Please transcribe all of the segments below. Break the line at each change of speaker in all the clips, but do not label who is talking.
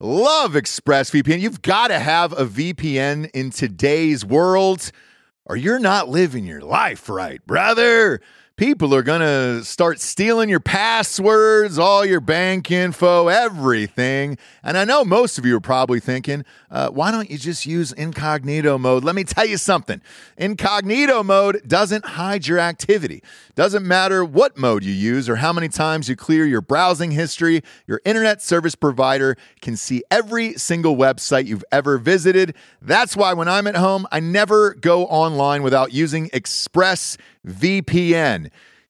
Love ExpressVPN. You've got to have a VPN in today's world or you're not living your life right, brother. People are going to start stealing your passwords, all your bank info, everything. And I know most of you are probably thinking, uh, why don't you just use incognito mode? Let me tell you something incognito mode doesn't hide your activity. Doesn't matter what mode you use or how many times you clear your browsing history, your internet service provider can see every single website you've ever visited. That's why when I'm at home, I never go online without using ExpressVPN.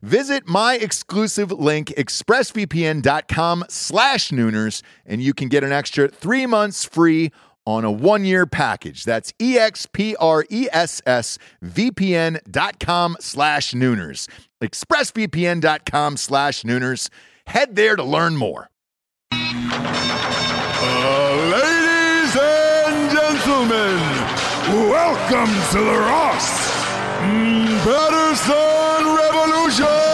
Visit my exclusive link, expressvpn.com slash nooners, and you can get an extra three months free on a one-year package. That's E expressvpn.com slash nooners. expressvpn.com slash nooners. Head there to learn more.
Ladies and gentlemen, welcome to the Ross Patterson Revolution.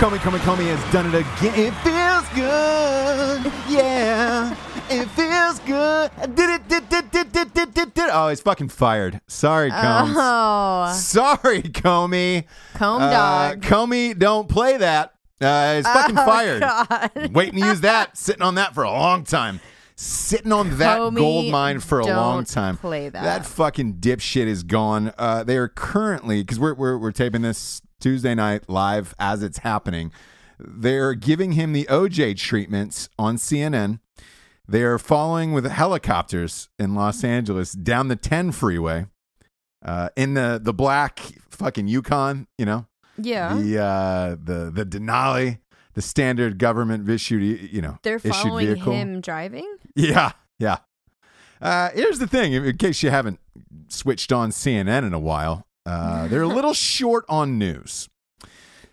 Comey, Comey, Comey has done it again. It feels good. Yeah. It feels good. I Did it, did, did, did, did, did, did, did. Oh, he's fucking fired. Sorry, Combs.
Oh,
Sorry, Comey.
comb
Uh,
dog. Oh,
Comey, don't play that. Uh, he's fucking fired.
God.
Waiting to use that. Sitting on that for a long time. Sitting on that
Comey,
gold mine for a long
don't
time.
play that.
fucking dipshit is gone. Uh, they are currently because we're, we're we're taping this Tuesday night live as it's happening. They're giving him the OJ treatments on CNN. They are following with helicopters in Los Angeles down the 10 freeway, uh, in the the black fucking Yukon. You know,
Yeah.
the uh, the the Denali, the standard government issued you know
They're
issued
following
vehicle.
him driving?
Yeah, yeah. Uh, here's the thing: in in case you haven't switched on CNN in a while, uh, they're a little short on news.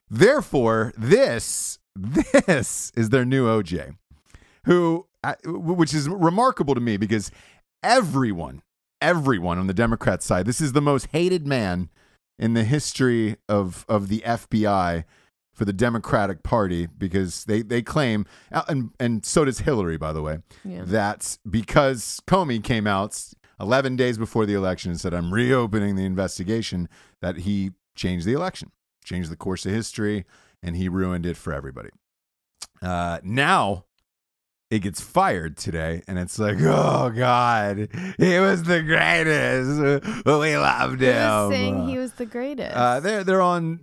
Therefore, this this is their new uh, OJ, who I- w- which is remarkable to me because everyone
everyone on the Democrat side. This is the most hated man in the history of of the FBI for the Democratic Party because they they claim uh, and and so does Hillary by the way
Yeah.
that because Comey came out s- 11 days before the election and said I'm reopening the investigation that he changed the election changed the course of history and he ruined it for everybody uh now it gets fired today and it's like oh god he was the greatest we loved
He
him
was saying he was the greatest.
uh, they're they're on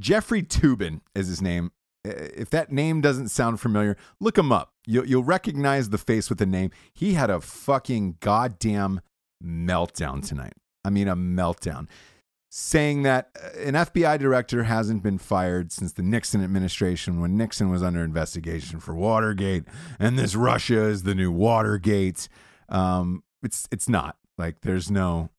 Jeffrey Tubin is his name. Uh, If that name doesn't sound familiar, look him up. You'll you'll recognize the face with the name. He had a fucking goddamn meltdown tonight. I mean, a meltdown, saying that uh, an FBI director hasn't been fired since the Nixon administration when Nixon was under investigation for Watergate, and this Russia is the new Watergate. Um, it's it's not like there's no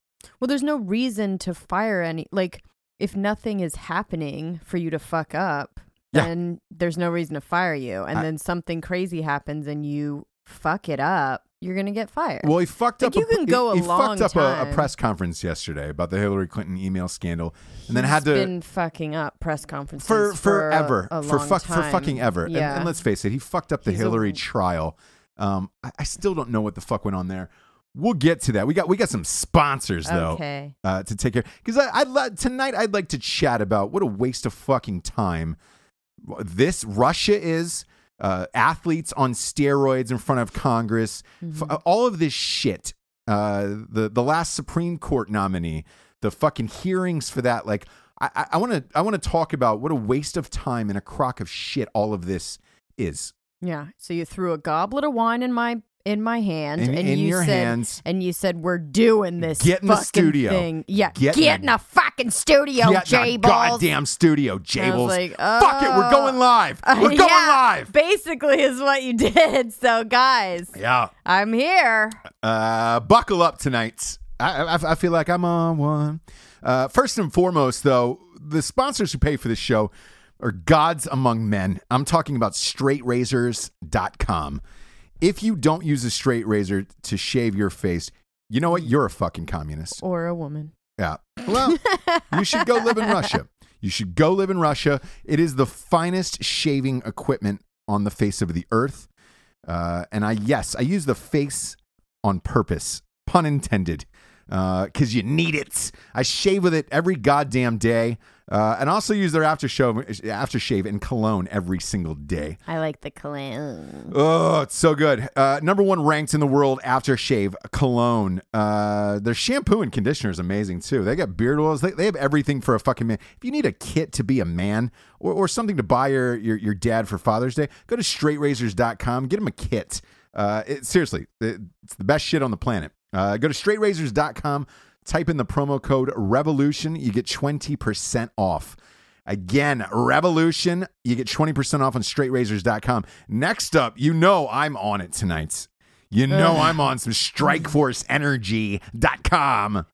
well, there's no reason to fire any. Like, if nothing is happening for you to fuck up,
Yeah.
then there's no reason to fire you. And
I-
then something crazy happens and you fuck it up, you're gonna get fired.
Well, he fucked
Like,
up.
you can
he-
go a
he,
long
fucked up A, a
time.
press conference yesterday about the Hillary Clinton email scandal, and then
He's
had to
been fucking up press conferences
for
for a-
forever
a
for
long
fuck for
time.
fucking ever. And-
Yeah.
And, let's face it, he fucked up the
He's a-
Hillary trial. Um, I, I still don't know what the fuck went on there. We'll get to that. We got we got some sponsors though
Okay.
uh, to take care because I I'd li- tonight I'd like to chat about what a waste of fucking time this Russia is. Uh, athletes on steroids in front of Congress, F-
Mm-hmm.
uh, all of this shit. Uh, the the last Supreme Court nominee, the fucking hearings for that. Like, I I want to I want to talk about what a waste of time and a crock of shit all of this is.
Yeah. So you threw a goblet of wine in my in my hand,
In-
and
in
you
your
said,
hands.
and you said, "We're doing this.
Get in the
fucking
studio.
Thing. Yeah.
Get
Get,
in
in,
the-
a fucking studio,
Get in
J
our
balls.
goddamn studio, Jables.
like,
Fuck it, we're
oh.
going live. We're going
yeah,
live.
Basically, is what you did. So, guys,
Yeah.
I'm here.
Uh, buckle up tonight. I, I, I feel like I'm on one. Uh, first and foremost, though, the sponsors who pay for this show are gods among men. I'm talking about straightrazors.com. If you don't use a straight razor to shave your face, you know what? You're a fucking communist.
Or a woman.
Yeah. Well, you should go live in Russia. You should go live in Russia. It is the finest shaving equipment on the face of the earth. Uh, and I, yes, I use the face on purpose, pun intended, because you need it. I shave with it every goddamn day. Uh, and also use their aftershave, aftershave and cologne every single day.
I like the clown.
Oh, it's so good. Uh, number one ranked in the world aftershave cologne. Uh, their shampoo and conditioner is amazing too. They got beard oils. They, they have everything for a fucking man. If you need a kit to be a man or, or something to buy your, your, your dad for Father's Day, go to straightrazors.com. Get him a kit. Uh, it, seriously, it- it's the best shit on the planet. Uh, go to straightrazors.com. Type in the promo code REVOLUTION. You get 20% off. Again, Revolution. You get 20% off on straightrazors.com. Next up, you know I'm on it tonight.
Uh.
You know I'm on some strikeforceenergy.com.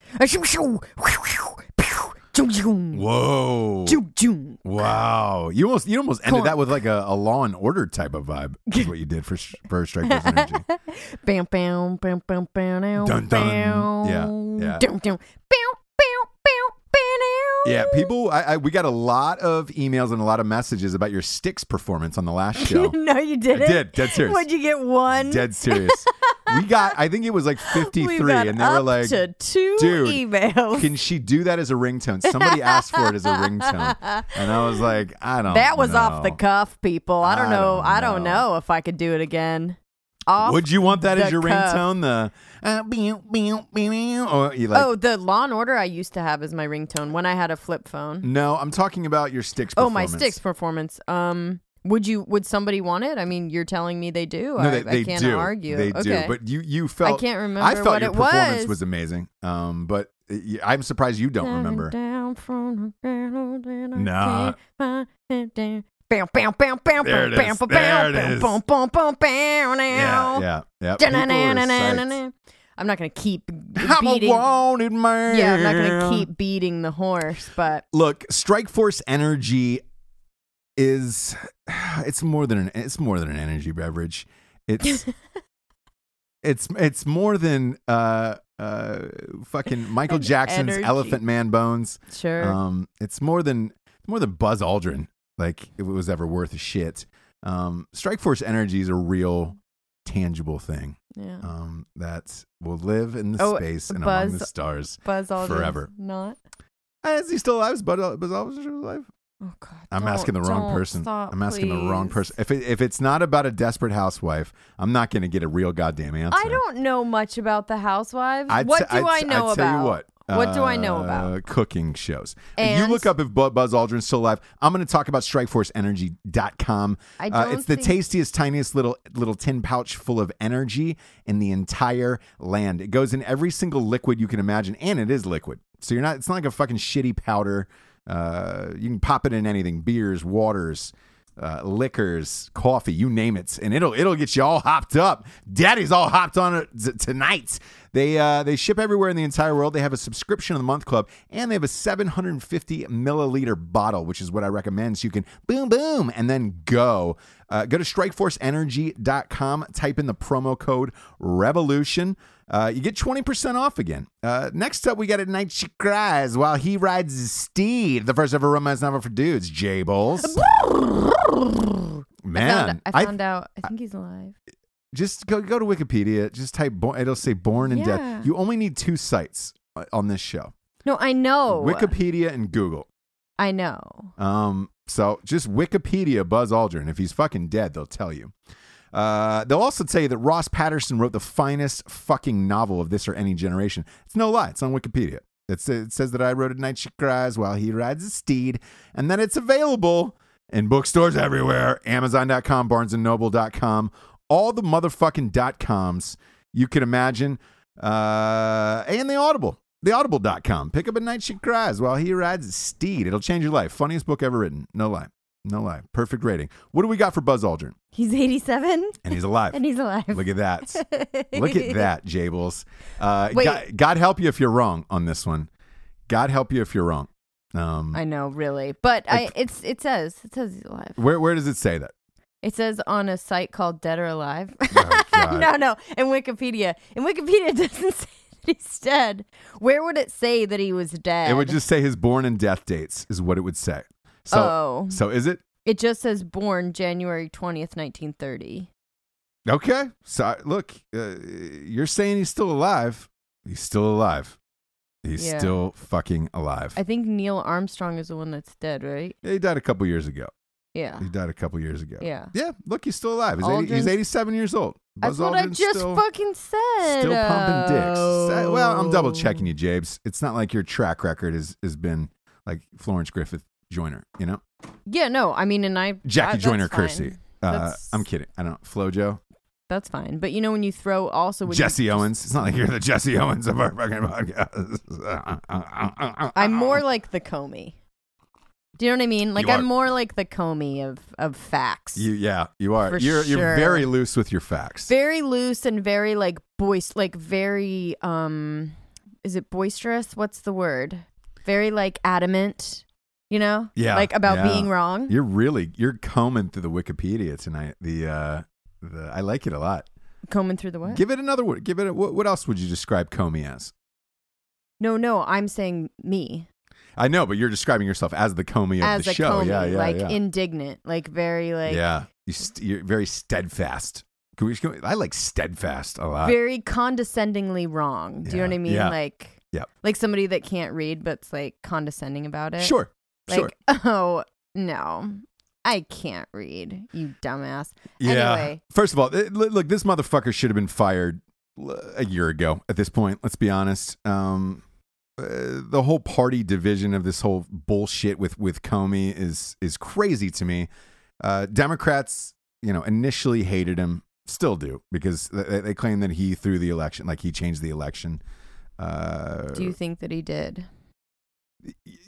Whoa. Wow. You almost you almost ended that with like a, a law and order type of vibe. Is what you did for for Strike Force Energy.
Bam, bam, bam, bam, bam,
Dun, dun. Yeah, yeah.
Dun, dun. Bam, bam, bam, bam.
Yeah, people I, I we got a lot of emails and a lot of messages about your sticks performance on the last show.
No, you didn't.
did, dead serious.
Would you get one?
Dead serious. we got I think it was like 53
we got
and they
up
were like
to two
"Dude,
emails.
Can she do that as a ringtone? Somebody asked for it as a ringtone. And I was like, I don't
that was off
know.
the cuff, people. I don't
I
know.
don't
I don't
know.
know if I could do it again. Off.
Would you want that as
the
your
cuff.
ringtone? The uh, beow, beow, beow, or you like
oh, the Law and Order I used to have as my ringtone when I had a flip phone.
No, I'm talking about your sticks
Oh, my
performance.
sticks performance. Um, would you? Would somebody want it? I mean, you're telling me they do.
No, they,
I,
they
I can't
do.
argue.
They
okay.
do. But you, you felt.
can't remember
I felt
what
your
it
performance was.
was.
amazing. Um, but uh, y- I'm surprised you don't remember.
Down from the ground that I
Nah.
can't find it down. Bam, bam, bam, bam,
There it
bam,
is.
bam, bam,
There it
bam, bam,
is.
bam, bam, bam, bam,
Yeah,
now.
yeah, yeah. People are psyched.
Da-na-na-na-na-na. I'm not going to keep
I'm a
beating.
wanted man.
Yeah, I'm not going to keep beating the horse, but
look strike force energy Um, is it's more than an it's more than an energy beverage it's It's it's more than uh uh fucking Michael
An
Jackson's
energy.
Elephant Man bones.
Sure.
Um, it's more than more than Buzz Aldrin. Like if it was ever worth a shit. Um, Strike Force energy is a real, tangible thing
yeah.
um, that will live in the
Oh,
space and among
Buzz-
the stars.
Buzz Aldrin's
forever.
Not.
Uh, Is he still alive? Is Buzz Al- Buzz Aldrin still alive?
Oh God.
I'm
don't-
asking the wrong
don't
person.
stop,
I'm asking the wrong
please.
person. If it, if it's not about a desperate housewife, I'm not going to get a real goddamn answer.
I don't know much about the Housewives.
I'd
what
t-
do I
I'd t-
know
I'd
about?
Tell you what.
What do I know
uh,
about?
cooking shows? you
And-
look up if Bu- Buzz Aldrin's still alive. I'm going to talk about StrikeForceEnergy.com.
I
Uh,
don't
it's the
think-
tastiest, tiniest little little tin pouch full of energy in the entire land. It goes in every single liquid you can imagine, and it is liquid. So you're not. It's not like a fucking shitty powder. Uh, you can pop it in anything: beers, waters, uh, liquors, coffee, you name it, and it'll it'll get you all hopped up. Daddy's all hopped on it t- tonight. They uh, they ship everywhere in the entire world. They have a subscription of the month club, and they have a 750 milliliter bottle, which is what I recommend. So you can boom boom and then go. Uh, go to strikeforceenergy.com. Type in the promo code revolution. Uh, you get 20% off again. Uh, next up, we got At Night She Cries While He Rides His Steed, the first ever romance novel for dudes, J Bowles.
I
Man,
found, I found out. I think he's alive.
just go go to Wikipedia. Just type born. It'll say born and
Yeah.
death. You only need two sites uh, on this show:
No, I know.
Wikipedia and Google.
I know.
Um, so just Wikipedia Buzz Aldrin. If he's fucking dead, they'll tell you. Uh, they'll also tell you that Ross Patterson wrote the finest fucking novel of this or any generation. It's no lie. It's on Wikipedia. It's, it says that I wrote At Night She Cries While He Rides His Steed, and that it's available in bookstores everywhere Amazon.com, BarnesandNoble.com, all the motherfucking dot coms you could imagine, uh, and the Audible. The Audible.com. Pick up At Night She Cries While He Rides His Steed. It'll change your life. Funniest book ever written. No lie. No lie. Perfect rating. What do we got for Buzz Aldrin?
He's 87
And he's alive.
and he's alive.
Look at that. Look at that, Jables. Uh,
Wait.
God, God help you if you're wrong on this one. God help you if you're wrong. Um,
I know, really. But I
Like-
it's it says it says he's alive.
where where does it say that?
It says on a site called Dead or Alive.
Oh, God.
no, no, in Wikipedia. In Wikipedia it doesn't say that he's dead. Where would it say that he was dead?
It would just say his born and death dates is what it would say. So
Oh.
so is it
It just says born January 20th, 1930.
okay? So look, uh, you're saying he's still alive. He's still alive. He's
Yeah.
still fucking alive.
I think Neil Armstrong is the one that's dead, right?
he died a couple years ago.
Yeah.
He died a couple years ago.
Ah. Yeah.
Yeah. Look, he's still alive. He's, 80, he's
Aldrin's-
87 years old.
That's
Buzz
what I
Aldrin's
just
still-
fucking said.
Still pumping dicks. Sa- Well, I'm double
Oh.
checking you, Jabes. It's not like your track record has has been like Florence Griffith Joyner, you know,
Yeah, no, I mean, and I I-
Jackie
that's
Joyner
fine.
Kersey. Uh,
That's-
I'm kidding. I don't know. FloJo,
That's fine, but you know when you throw also when you
Jesse Owens. It's not like you're the Jesse Owens of our fucking podcast.
I'm more like the Comey. Do you know what I mean? Like
uh-uh. You are-
I'm more like the Comey of of facts.
You, yeah, you are.
For
you're you're
sure.
very loose with your facts.
very loose and very like boist like very um is it boisterous? What's the word? Very like adamant, you know?
Yeah,
Like about
yeah.
being wrong.
You're really you're combing through the Wikipedia tonight. The uh, the I like it a lot.
Combing through the what?
Give it another word. Give it. A, what, what else would you describe Comey as?
no, no, I'm saying me
I know, but you're describing yourself as the Comey of
as
the
a
show.
Comey,
yeah, yeah,
like
yeah.
indignant, like very like
yeah. You st- you're very steadfast. Can we, can we- I like steadfast a lot.
very condescendingly wrong. Do you know
Yeah,
what I mean?
yeah.
Like
Yep.
like somebody that can't read but's like condescending about it.
sure,
Like,
sure.
oh no, I can't read, you dumbass.
Yeah.
Anyway,
First of all, th- l- look, this motherfucker should have been fired l- a year ago. At this point, let's be honest. Um, uh, the whole party division of this whole bullshit with with Comey is is crazy to me. Uh, Democrats, you know, initially hated him, still do because they, they claim that he threw the election, like he changed the election. Uh,
do you think that he did?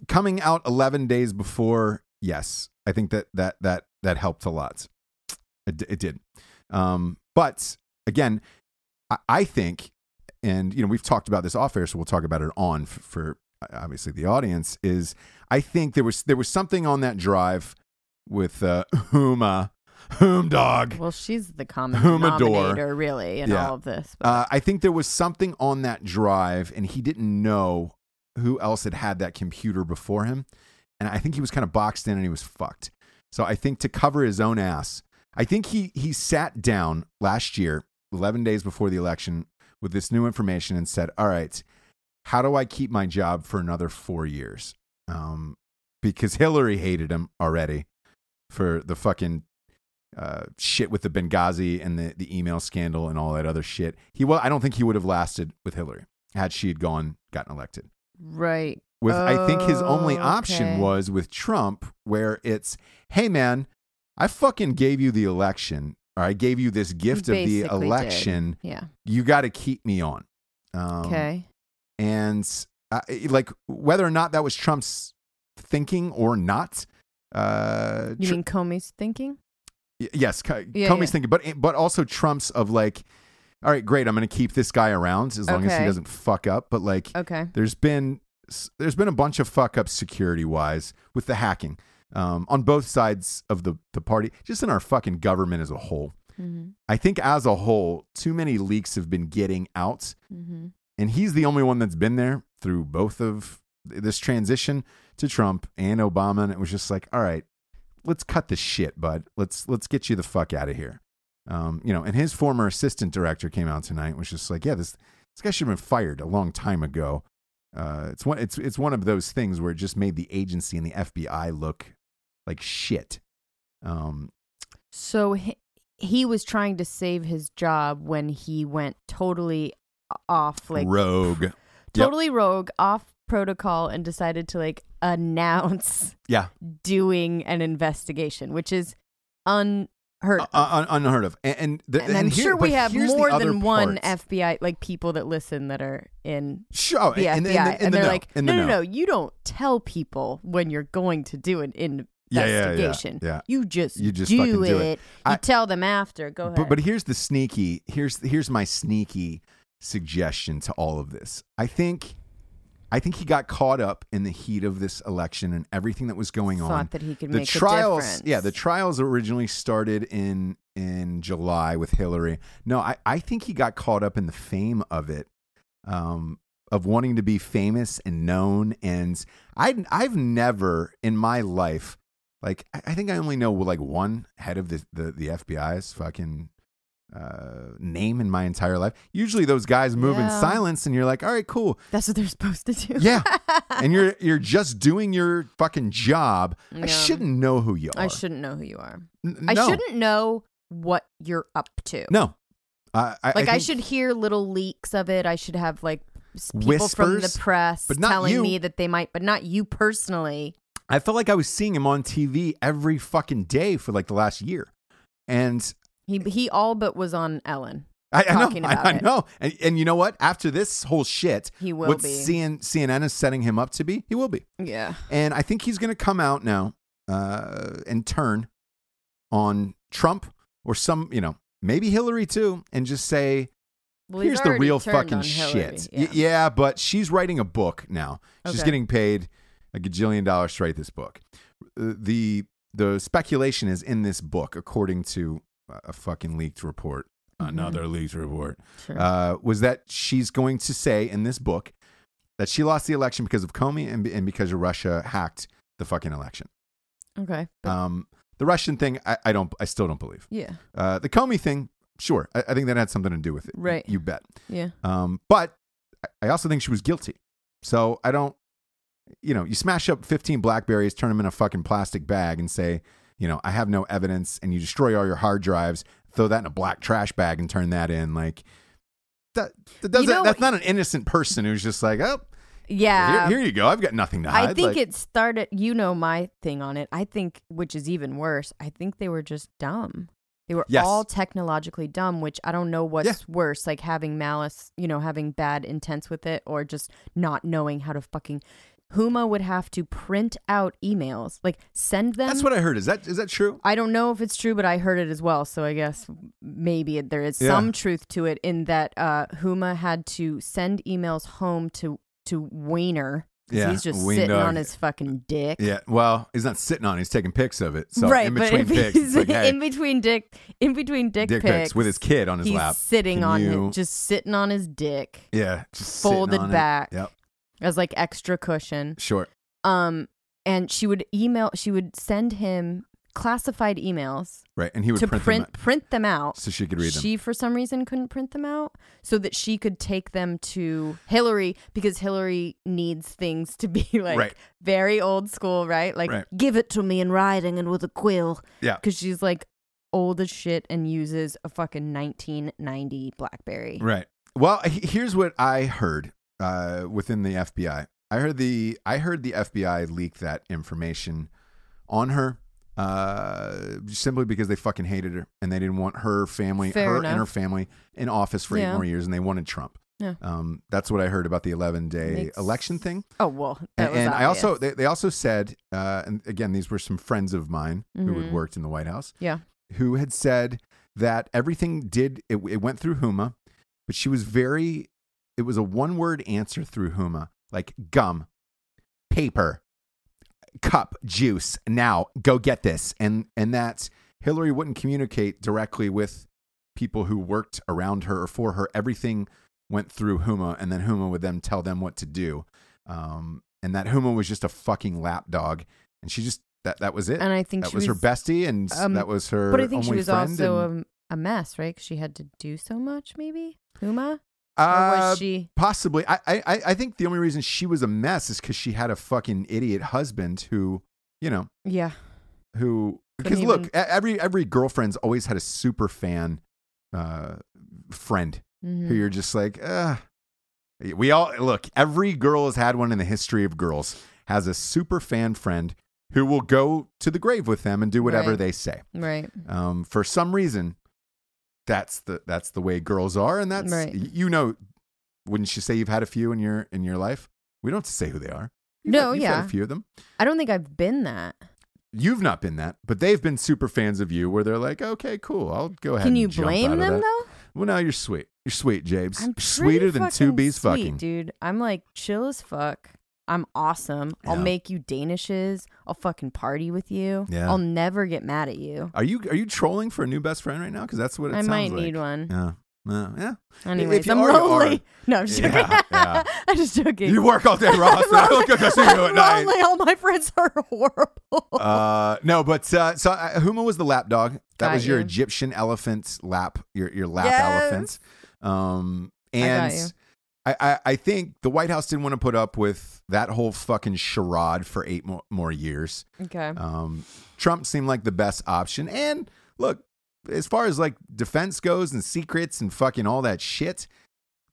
coming out 11 days before yes i think that that that that helped a lot it, d- it did um but again I, I think and you know we've talked about this off air so we'll talk about it on f- for uh, obviously the audience is i think there was there was something on that drive with uh huma Whom dog?
Well, she's the common
Humidor.
denominator, really, in
Yeah.
all of this. But
Uh, I think there was something on that drive, and he didn't know who else had had that computer before him. And I think he was kind of boxed in and he was fucked. So I think to cover his own ass, I think he, he sat down last year, 11 days before the election, with this new information and said, All right, how do I keep my job for another four years? Um, because Hillary hated him already for the fucking uh, shit with the Benghazi and the, the email scandal and all that other shit. He well, I don't think he would have lasted with Hillary had she had gone gotten elected.
right.
With I think his only option
Oh, Okay.
was with Trump, where it's, hey man, I fucking gave you the election, or I gave you this
He
gift of the
basically did.
election.
Yeah.
You got to keep me on. Um,
Okay.
and uh, it- like whether or not that was Trump's thinking or not. Uh,
you
Tr-
mean Comey's thinking?
Y- yes, Co-
Yeah,
Comey's
yeah.
thinking, but eh, but also Trump's of like, all right, great, I'm going to keep this guy around as long as he
Okay.
doesn't fuck up. But like,
Okay.
there's been s- there's been a bunch of fuck ups security wise with the hacking um, on both sides of the the party, just in our fucking government as a whole.
Mhm.
I think as a whole, too many leaks have been getting out
Mhm.
and he's the only one that's been there through both of th- this transition to Trump and Obama and it was just like all right let's cut this shit bud let's let's get you the fuck out of here um, you know and his former assistant director came out tonight and was just like yeah this this guy should have been fired a long time ago uh, it's one it's it's one of those things where it just made the agency and the FBI look like shit um,
So he, he was trying to save his job when he went totally off, like
rogue
totally rogue, off protocol, and decided to like announce
yeah
doing an investigation, which is unheard.
uh, un- unheard of and and, the,
and I'm
here-
sure we
but
have
here's the
more
other
than one
part.
FBI, like people that listen that are in
Sure. oh,
the
and,
FBI,
and,
and,
and, the
they're
no,
like,
and
no,
the
no, no, you don't tell people when you're going to do an
Yeah, yeah, yeah,
investigation.
yeah.
You just
You just
do,
fucking
it.
do it. I-
you tell them after. Go ahead.
But, but here's the sneaky. Here's here's my sneaky suggestion to all of this. I think, I think he got caught up in the heat of this election and everything that was going
thought
on.
that he could
the
make
trials,
a difference.
yeah, the trials originally started in in July with Hillary. No, I I think he got caught up in the fame of it. Um, of wanting to be famous and known, and I I've never in my life like I, I think I only know like one head of the the, the FBI's fucking uh, name in my entire life. Usually those guys move in
Yeah.
silence, and you're like, all right, cool,
That's what they're supposed to do.
yeah, and you're you're just doing your fucking job.
Yeah.
I shouldn't know who you are.
I shouldn't know who you are.
N-
I
no.
shouldn't know what you're up to.
No, I, I
like I,
think-
should hear little leaks of it. I should have like s- people from
Whispers,
the press
but not
telling
you.
me that they might, but not you personally.
I felt like I was seeing him on TV every fucking day for like the last year, and
He he all but was on Ellen.
I, I
talking
know, I-
about
I,
it.
know, and, and you know what? After this whole shit,
He will
what
be.
CN, CNN is setting him up to be, he will be.
Yeah.
And I think he's going to come out now uh, and turn on Trump or some, you know, maybe Hillary too, and just say,
Well, he's
here's the
already
real
turned
fucking
on Hillary.
shit. Y- Yeah. but she's writing a book now. She's
Okay.
getting paid a gajillion dollars to write this book. Uh, The the speculation is in this book, according to a- a fucking leaked report. Another leaked report
Mm-hmm. Sure.
uh, was that she's going to say in this book that she lost the election because of Comey and, and because Russia hacked the fucking election.
okay. But-
Um, the Russian thing, I, I don't, I still don't believe.
yeah.
Uh, the Comey thing, sure, I, I think that had something to do with it.
Right.
you bet.
Yeah.
Um, but I- I also think she was guilty. So I don't, you know, you smash up 15 Blackberries, turn them in a fucking plastic bag, and say, you know, I have no evidence, and you destroy all your hard drives, throw that in a black trash bag, and turn that in. Like, that, that doesn't,
You know-
that's not an innocent person who's just like, oh,
Yeah.
here, here you go. I've got nothing to hide.
I think
Like,
it started. You know my thing on it. I think, which is even worse. I think they were just dumb. They were
Yes.
all technologically dumb, which I don't know what's worse, like having malice, you know, having bad intents with it, or just not knowing how to fucking. Huma would have to print out emails, like send them.
that's what I heard. Is that, is that true?
I don't know if it's true, but I heard it as well. So I guess maybe there is
Yeah.
some truth to it in that uh, Huma had to send emails home to to Weiner 'cause
Yeah,
he's just
wean
sitting
dog.
on his fucking dick.
Yeah. Well, he's not sitting on. it. He's taking pics of it. So
right,
in
but
between
if
pics,
he's
it's like, hey,
in between dick, in between dick,
dick pics with his kid on his
he's
lap,
sitting
Can
on
you-
it, just sitting on his dick
yeah, just sitting
folded
on it.
back.
Yep.
as like extra cushion.
Sure.
Um, and she would email, she would send him classified emails
Right. And he would
to
print, them out
print print them out.
so she could read them.
She, for some reason, couldn't print them out so that she could take them to Hillary because Hillary needs things to be like
Right.
very old school, right? Like,
Right.
give it to me in writing and with a quill.
Yeah.
Because she's like old as shit and uses a fucking 1990 Blackberry.
Right. Well, he- here's what I heard uh, within the FBI. I heard the I heard the FBI leak that information on her uh, simply because they fucking hated her and they didn't want her family,
Fair
her and
enough.
her family in office for eight
Yeah.
more years, and they wanted Trump.
Yeah.
Um, that's what I heard about the 11 day
Makes-
election thing.
Oh, well, that
And,
was
and I also
obvious.
they, they also said, uh, and again, these were some friends of mine who had
Mhm.
worked in the White House
yeah.
who had said that everything did it, it went through Huma, but she was very it was a one word answer through Huma, like gum, paper, cup, juice. Now go get this, and and that Hillary wouldn't communicate directly with people who worked around her or for her. Everything went through Huma, and then Huma would then tell them what to do. Um, and that Huma was just a fucking lapdog, and she just that that was it
And I think
that
she
was, her bestie, and s-
um,
that was her.
But I think she
only
was
friend
also
and,
um a, mess, right? 'Cause she had to do so much, maybe? Huma? or
Uh,
was she.
possibly. I, I I I think the only reason she was a mess is because she had a fucking idiot husband who, you know,
Yeah.
who because
Couldn't
look,
even-
e- every every girlfriend's always had a super fan, uh, friend who
Mhm.
you're just like, ah. We all look. Every girl has had one in the history of girls. Has a super fan friend who will go to the grave with them and do whatever
Right. Mm.
they say.
Right.
um, for some reason that's the that's the way girls are and that's
Right.
y- you know wouldn't you say you've had a few in your in your life we don't have to say who they are You've
No,
had- you've had
yeah.
a few of them
I don't think I've been that.
you've not been that but they've been super fans of you where they're like okay cool i'll go ahead
Can
and
you
jump out
blame
of
them
that.
though?
well now you're sweet you're sweet jabes
I'm
You're sweeter
pretty
than two
fucking
bees
sweet,
fucking
dude. I'm like chill as fuck. I'm awesome. I'll
Yeah.
make you danishes. I'll fucking party with you.
Yeah.
I'll never get mad at you.
are you are you trolling for a new best friend right now because that's what it
I
sounds
might
like.
need one.
yeah yeah, yeah.
Anyways,
you
I'm
are, you are.
lonely. No, I'm just
Yeah,
joking.
yeah.
I'm just joking.
You work all day, Ross. and I look up to see you at
I'm
night.
lonely. All my friends are horrible.
Uh, no, but uh, so uh, Huma was the lap dog. That
Got
was your
you.
Egyptian elephant lap, your your lap
Yes.
elephant. Um,
got
and
you.
I, I I think the White House didn't want to put up with that whole fucking charade for eight more, more years.
Okay.
Um, Trump seemed like the best option. And look, as far as like defense goes and secrets and fucking all that shit,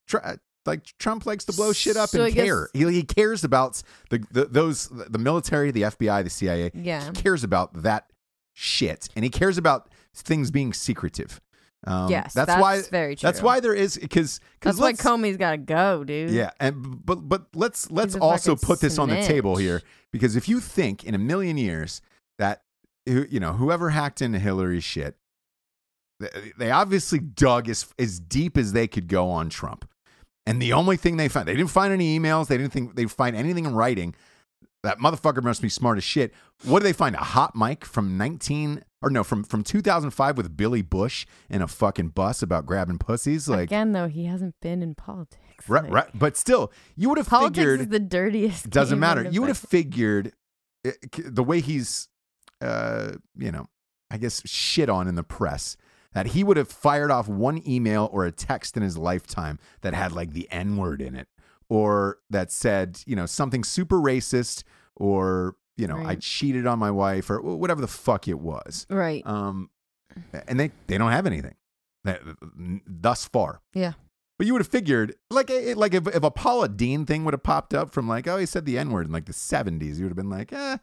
tr- uh, like Trump likes to blow shit up
So I
and
guess-
care. He, he cares about the, the those the military, the FBI, the CIA.
Yeah.
He cares about that shit, and he cares about things being secretive. Um,
Yes,
that's,
that's
why.
very
That's
true.
why there is because
That's why Comey's got to go, dude.
yeah, and but but let's let's
a
also
fucking
put this on the table
snitch.
here because if you think in a million years that who- you know whoever hacked into Hillary's shit, they, they obviously dug as as deep as they could go on Trump, and the only thing they found they didn't find any emails, they didn't think they find anything in writing. That motherfucker must be smart as shit. What do they find? A hot mic from nineteen or no from from two thousand five with Billy Bush in a fucking bus about grabbing pussies like.
Again, though, he hasn't been in politics.
Right,
like-
right, but still, you would have
Politics
figured
is the dirtiest.
doesn't
game
matter.
in
You would have
America.
figured uh, c- the way he's, uh, you know, I guess shit on in the press that he would have fired off one email or a text in his lifetime that had like the N word in it, or that said, you know, something super racist, or you know, I
Right.
cheated on my wife, or wh- whatever the fuck it was.
Right.
Um,
Mm-hmm.
and they they don't have anything that, thus far.
yeah.
But you would have figured, like, eh, like if, if a Paula Dean thing would have popped up from like, oh, he said the N word in like the seventies, you would have been like, eh,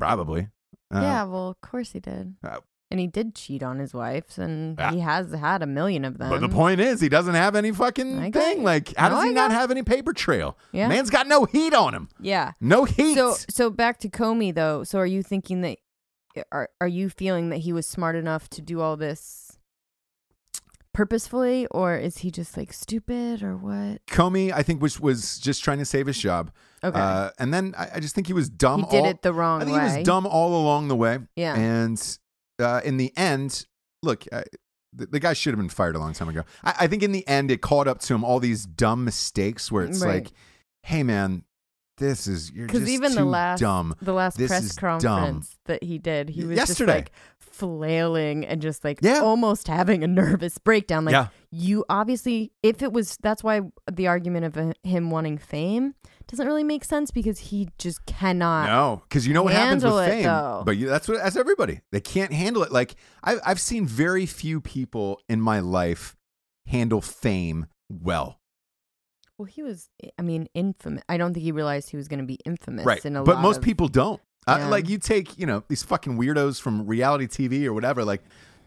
probably. Uh,
yeah. Well, of course he did.
uh,
and he did cheat on his wives, and
Ah.
he has had a million of them.
But the point is, he doesn't have any
I
fucking
got
thing.
you.
Like, how
No,
does he
I
not
got-
have any paper trail?
Yeah.
man's got no heat on him.
Yeah.
No heat.
So, so back to Comey though. So, are you thinking that? Are Are you feeling that he was smart enough to do all this purposefully or is he just like stupid or what?
Comey, I think, was was just trying to save his job.
Okay.
Uh, and then I, I just think he was dumb.
He did
all-
it the wrong
I think he
way.
was dumb all along the way.
Yeah.
And uh, in the end, look, I, the, the guy should have been fired a long time ago. I, I think in the end, it caught up to him all these dumb mistakes where it's
Right.
like, hey, man, this is you're
Because
just
even
too
the last
dumb.
the last
This
press
is dumb.
conference that he did, he
Y-
was
yesterday.
just like flailing and just like
Yeah.
almost having a nervous breakdown. Like
Yeah.
you obviously, if it was, that's why the argument of uh, him wanting fame doesn't really make sense because he just cannot.
No, because you know what happens with
handle it,
fame.
though.
But you, that's what that's everybody. They can't handle it. Like I've I've seen very few people in my life handle fame well.
Well, he was, I mean, infamous. I don't think he realized he was going to be infamous.
right.
In a
but
lot
most
of-
people don't. Uh,
Yeah.
like you take you know these fucking weirdos from reality TV or whatever. Like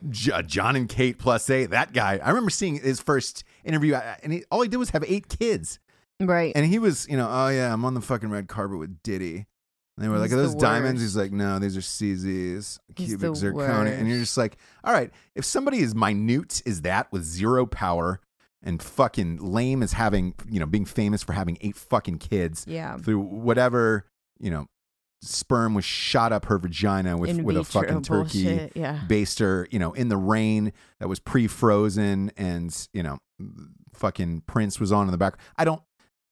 J- uh, John and Kate plus eight. That guy. I remember seeing his first interview, uh, and he, all he did was have eight kids,
right?
and he was you know oh yeah I'm on the fucking red carpet with Diddy. And they were like,
He's
are
the
those diamonds?
worst.
He's like, no, these are CZs,
He's
cubic
the
zirconia. And you're
worst.
just like, all right, if somebody as minute as that with zero power and fucking lame as having, you know, being famous for having eight fucking kids
yeah.
through whatever, you know, sperm was shot up her vagina with,
In
with a
vitro
fucking turkey,
bullshit, Yeah.
based her, you know, in the rain that was pre frozen and, you know, fucking Prince was on in the back. I don't.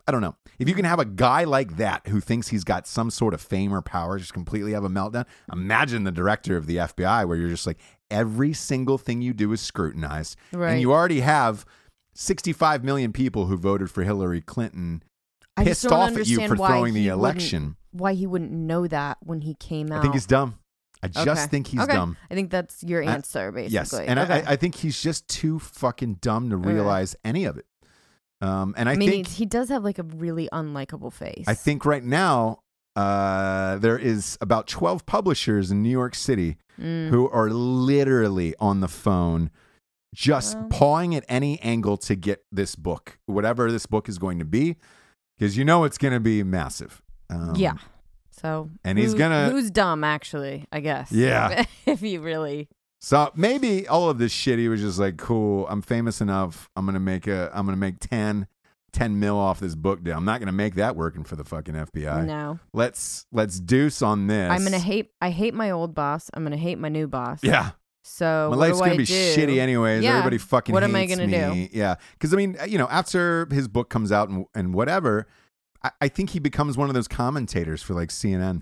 I don't know. If you can have a guy like that who thinks he's got some sort of fame or power just completely have a meltdown, imagine the director of the FBI where you're just like every single thing you do is scrutinized.
Right.
And you already have 65 million people who voted for Hillary Clinton
I just
pissed
don't
off at you
understand
for
why
throwing the
he wouldn't-
election.
Why he wouldn't know that when he came out?
I think he's dumb. I
Okay.
just think he's
Okay.
dumb.
I think that's your
I-
answer, basically.
Yes, and
okay.
I, I think he's just too fucking dumb to
Okay.
realize any of it. Um, and I,
mean,
think
he, he does have like a really unlikable face.
I think right now uh, there is about twelve publishers in New York City
Mm.
who are literally on the phone, just
Well.
pawing at any angle to get this book, whatever this book is going to be, because you know it's going to be massive. Um,
yeah. So
and he's
who-
gonna-
who's dumb actually? I guess.
Yeah.
if you really
So maybe all of this shit, he was just like, cool, I'm famous enough. I'm gonna make a I'm gonna make 10, 10 mil off this book deal. I'm not gonna make that working for the fucking FBI.
no,
Let's let's deuce on this.
I'm gonna hate. I hate my old boss. I'm gonna hate my new boss.
Yeah. My
So what
life's
do
gonna
I
be
do?
shitty anyways.
Yeah.
Everybody fucking
What am I
hates
gonna
me. Yeah. Cause I mean, uh, you know, after his book comes out and and whatever, I, I think he becomes one of those commentators for like CNN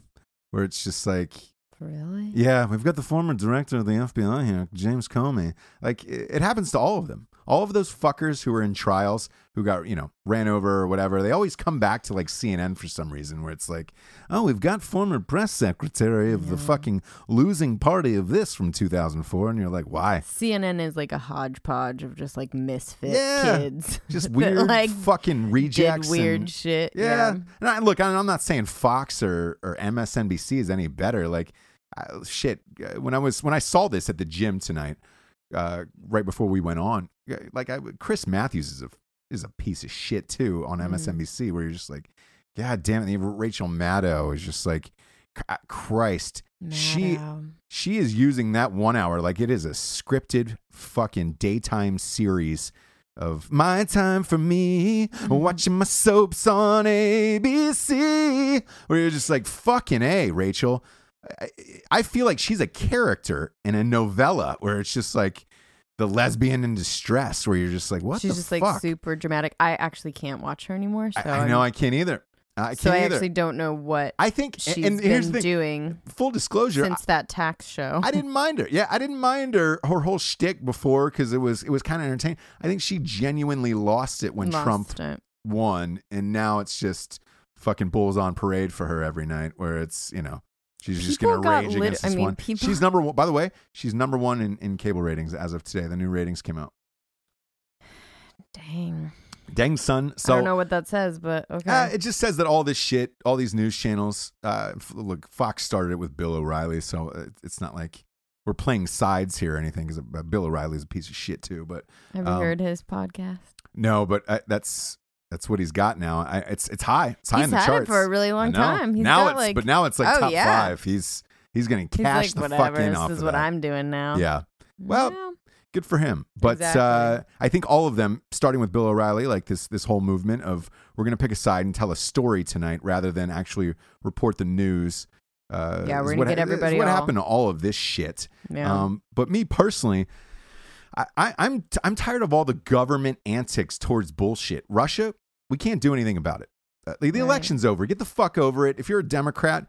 where it's just like
Really?
Yeah, we've got the former director of the FBI here, James Comey. Like it it happens to all of them. All of those fuckers who are in trials, who got you know ran over or whatever, they always come back to like CNN for some reason, where it's like, oh, we've got former press secretary of the fucking losing party of this from 2004, and you're like, why?
CNN is like a hodgepodge of just like misfit
Yeah.
kids.
Just
that,
weird
like
fucking rejects.
did weird
and-
shit.
yeah. And I, look, I- I'm not saying Fox or, or MSNBC is any better. Like, I, shit. uh, When I was when I saw this at the gym tonight, uh, right before we went on, uh, like I, Chris Matthews is a is a piece of shit too on MSNBC, where you're just like, God damn it. And even Rachel Maddow is just like, "C- Christ, she
Maddow.
she is using that one hour like it is a scripted fucking daytime series of my time for me watching my soaps on abc where you're just like fucking a rachel I, I feel like she's a character in a novella where it's just like the lesbian in distress where you're just like what
She's
the
just
fuck
like super dramatic. I actually can't watch her anymore. So
I, I know i can't either i can't
so I
either
actually don't know what
i think
she's
and
been
here's the thing,
doing
full disclosure
since that tax show.
I didn't mind her. Yeah, I didn't mind her her whole shtick before because it was it was kind of entertaining. I think she genuinely lost it when
Lost
Trump
it.
won, and now it's just fucking bulls on parade for her every night. Where it's you know she's just
People
gonna
got
rage
lit-
against
I
this
mean,
one.
people-
She's number one. By the way, she's number one in, in cable ratings as of today. The new ratings came out.
Dang.
Dang son,
I
so
don't know what that says, but okay.
Uh, it just says that all this shit, all these news channels. Uh, f- look, Fox started it with Bill O'Reilly, so it- it's not like we're playing sides here or anything. Because Bill O'Reilly's a piece of shit too. But
Have you
um,
heard his podcast?
no, but uh, that's that's what he's got now. I, it's it's high. It's high
He's
in the
had
charts
it for a really long
I know.
time. He's
now
got
it's
like,
but now it's like
oh,
top
yeah.
five. He's he's gonna
he's
cash
like,
the
whatever.
fuck in
this
off
is
of
what
that.
I'm doing now.
Yeah. Well, good for him. But uh,
Exactly.
I think all of them, starting with Bill O'Reilly, like this this whole movement of we're going to pick a side and tell a story tonight rather than actually report the news. Uh,
Yeah,
is
we're gonna
what-
get
is
everybody
What
all-
happened to all of this shit?
Yeah.
Um, but me personally, I, I, I'm t- I'm tired of all the government antics towards bullshit. Russia, we can't do anything about it. Uh, the the
Right.
election's over. Get the fuck over it. If you're a Democrat,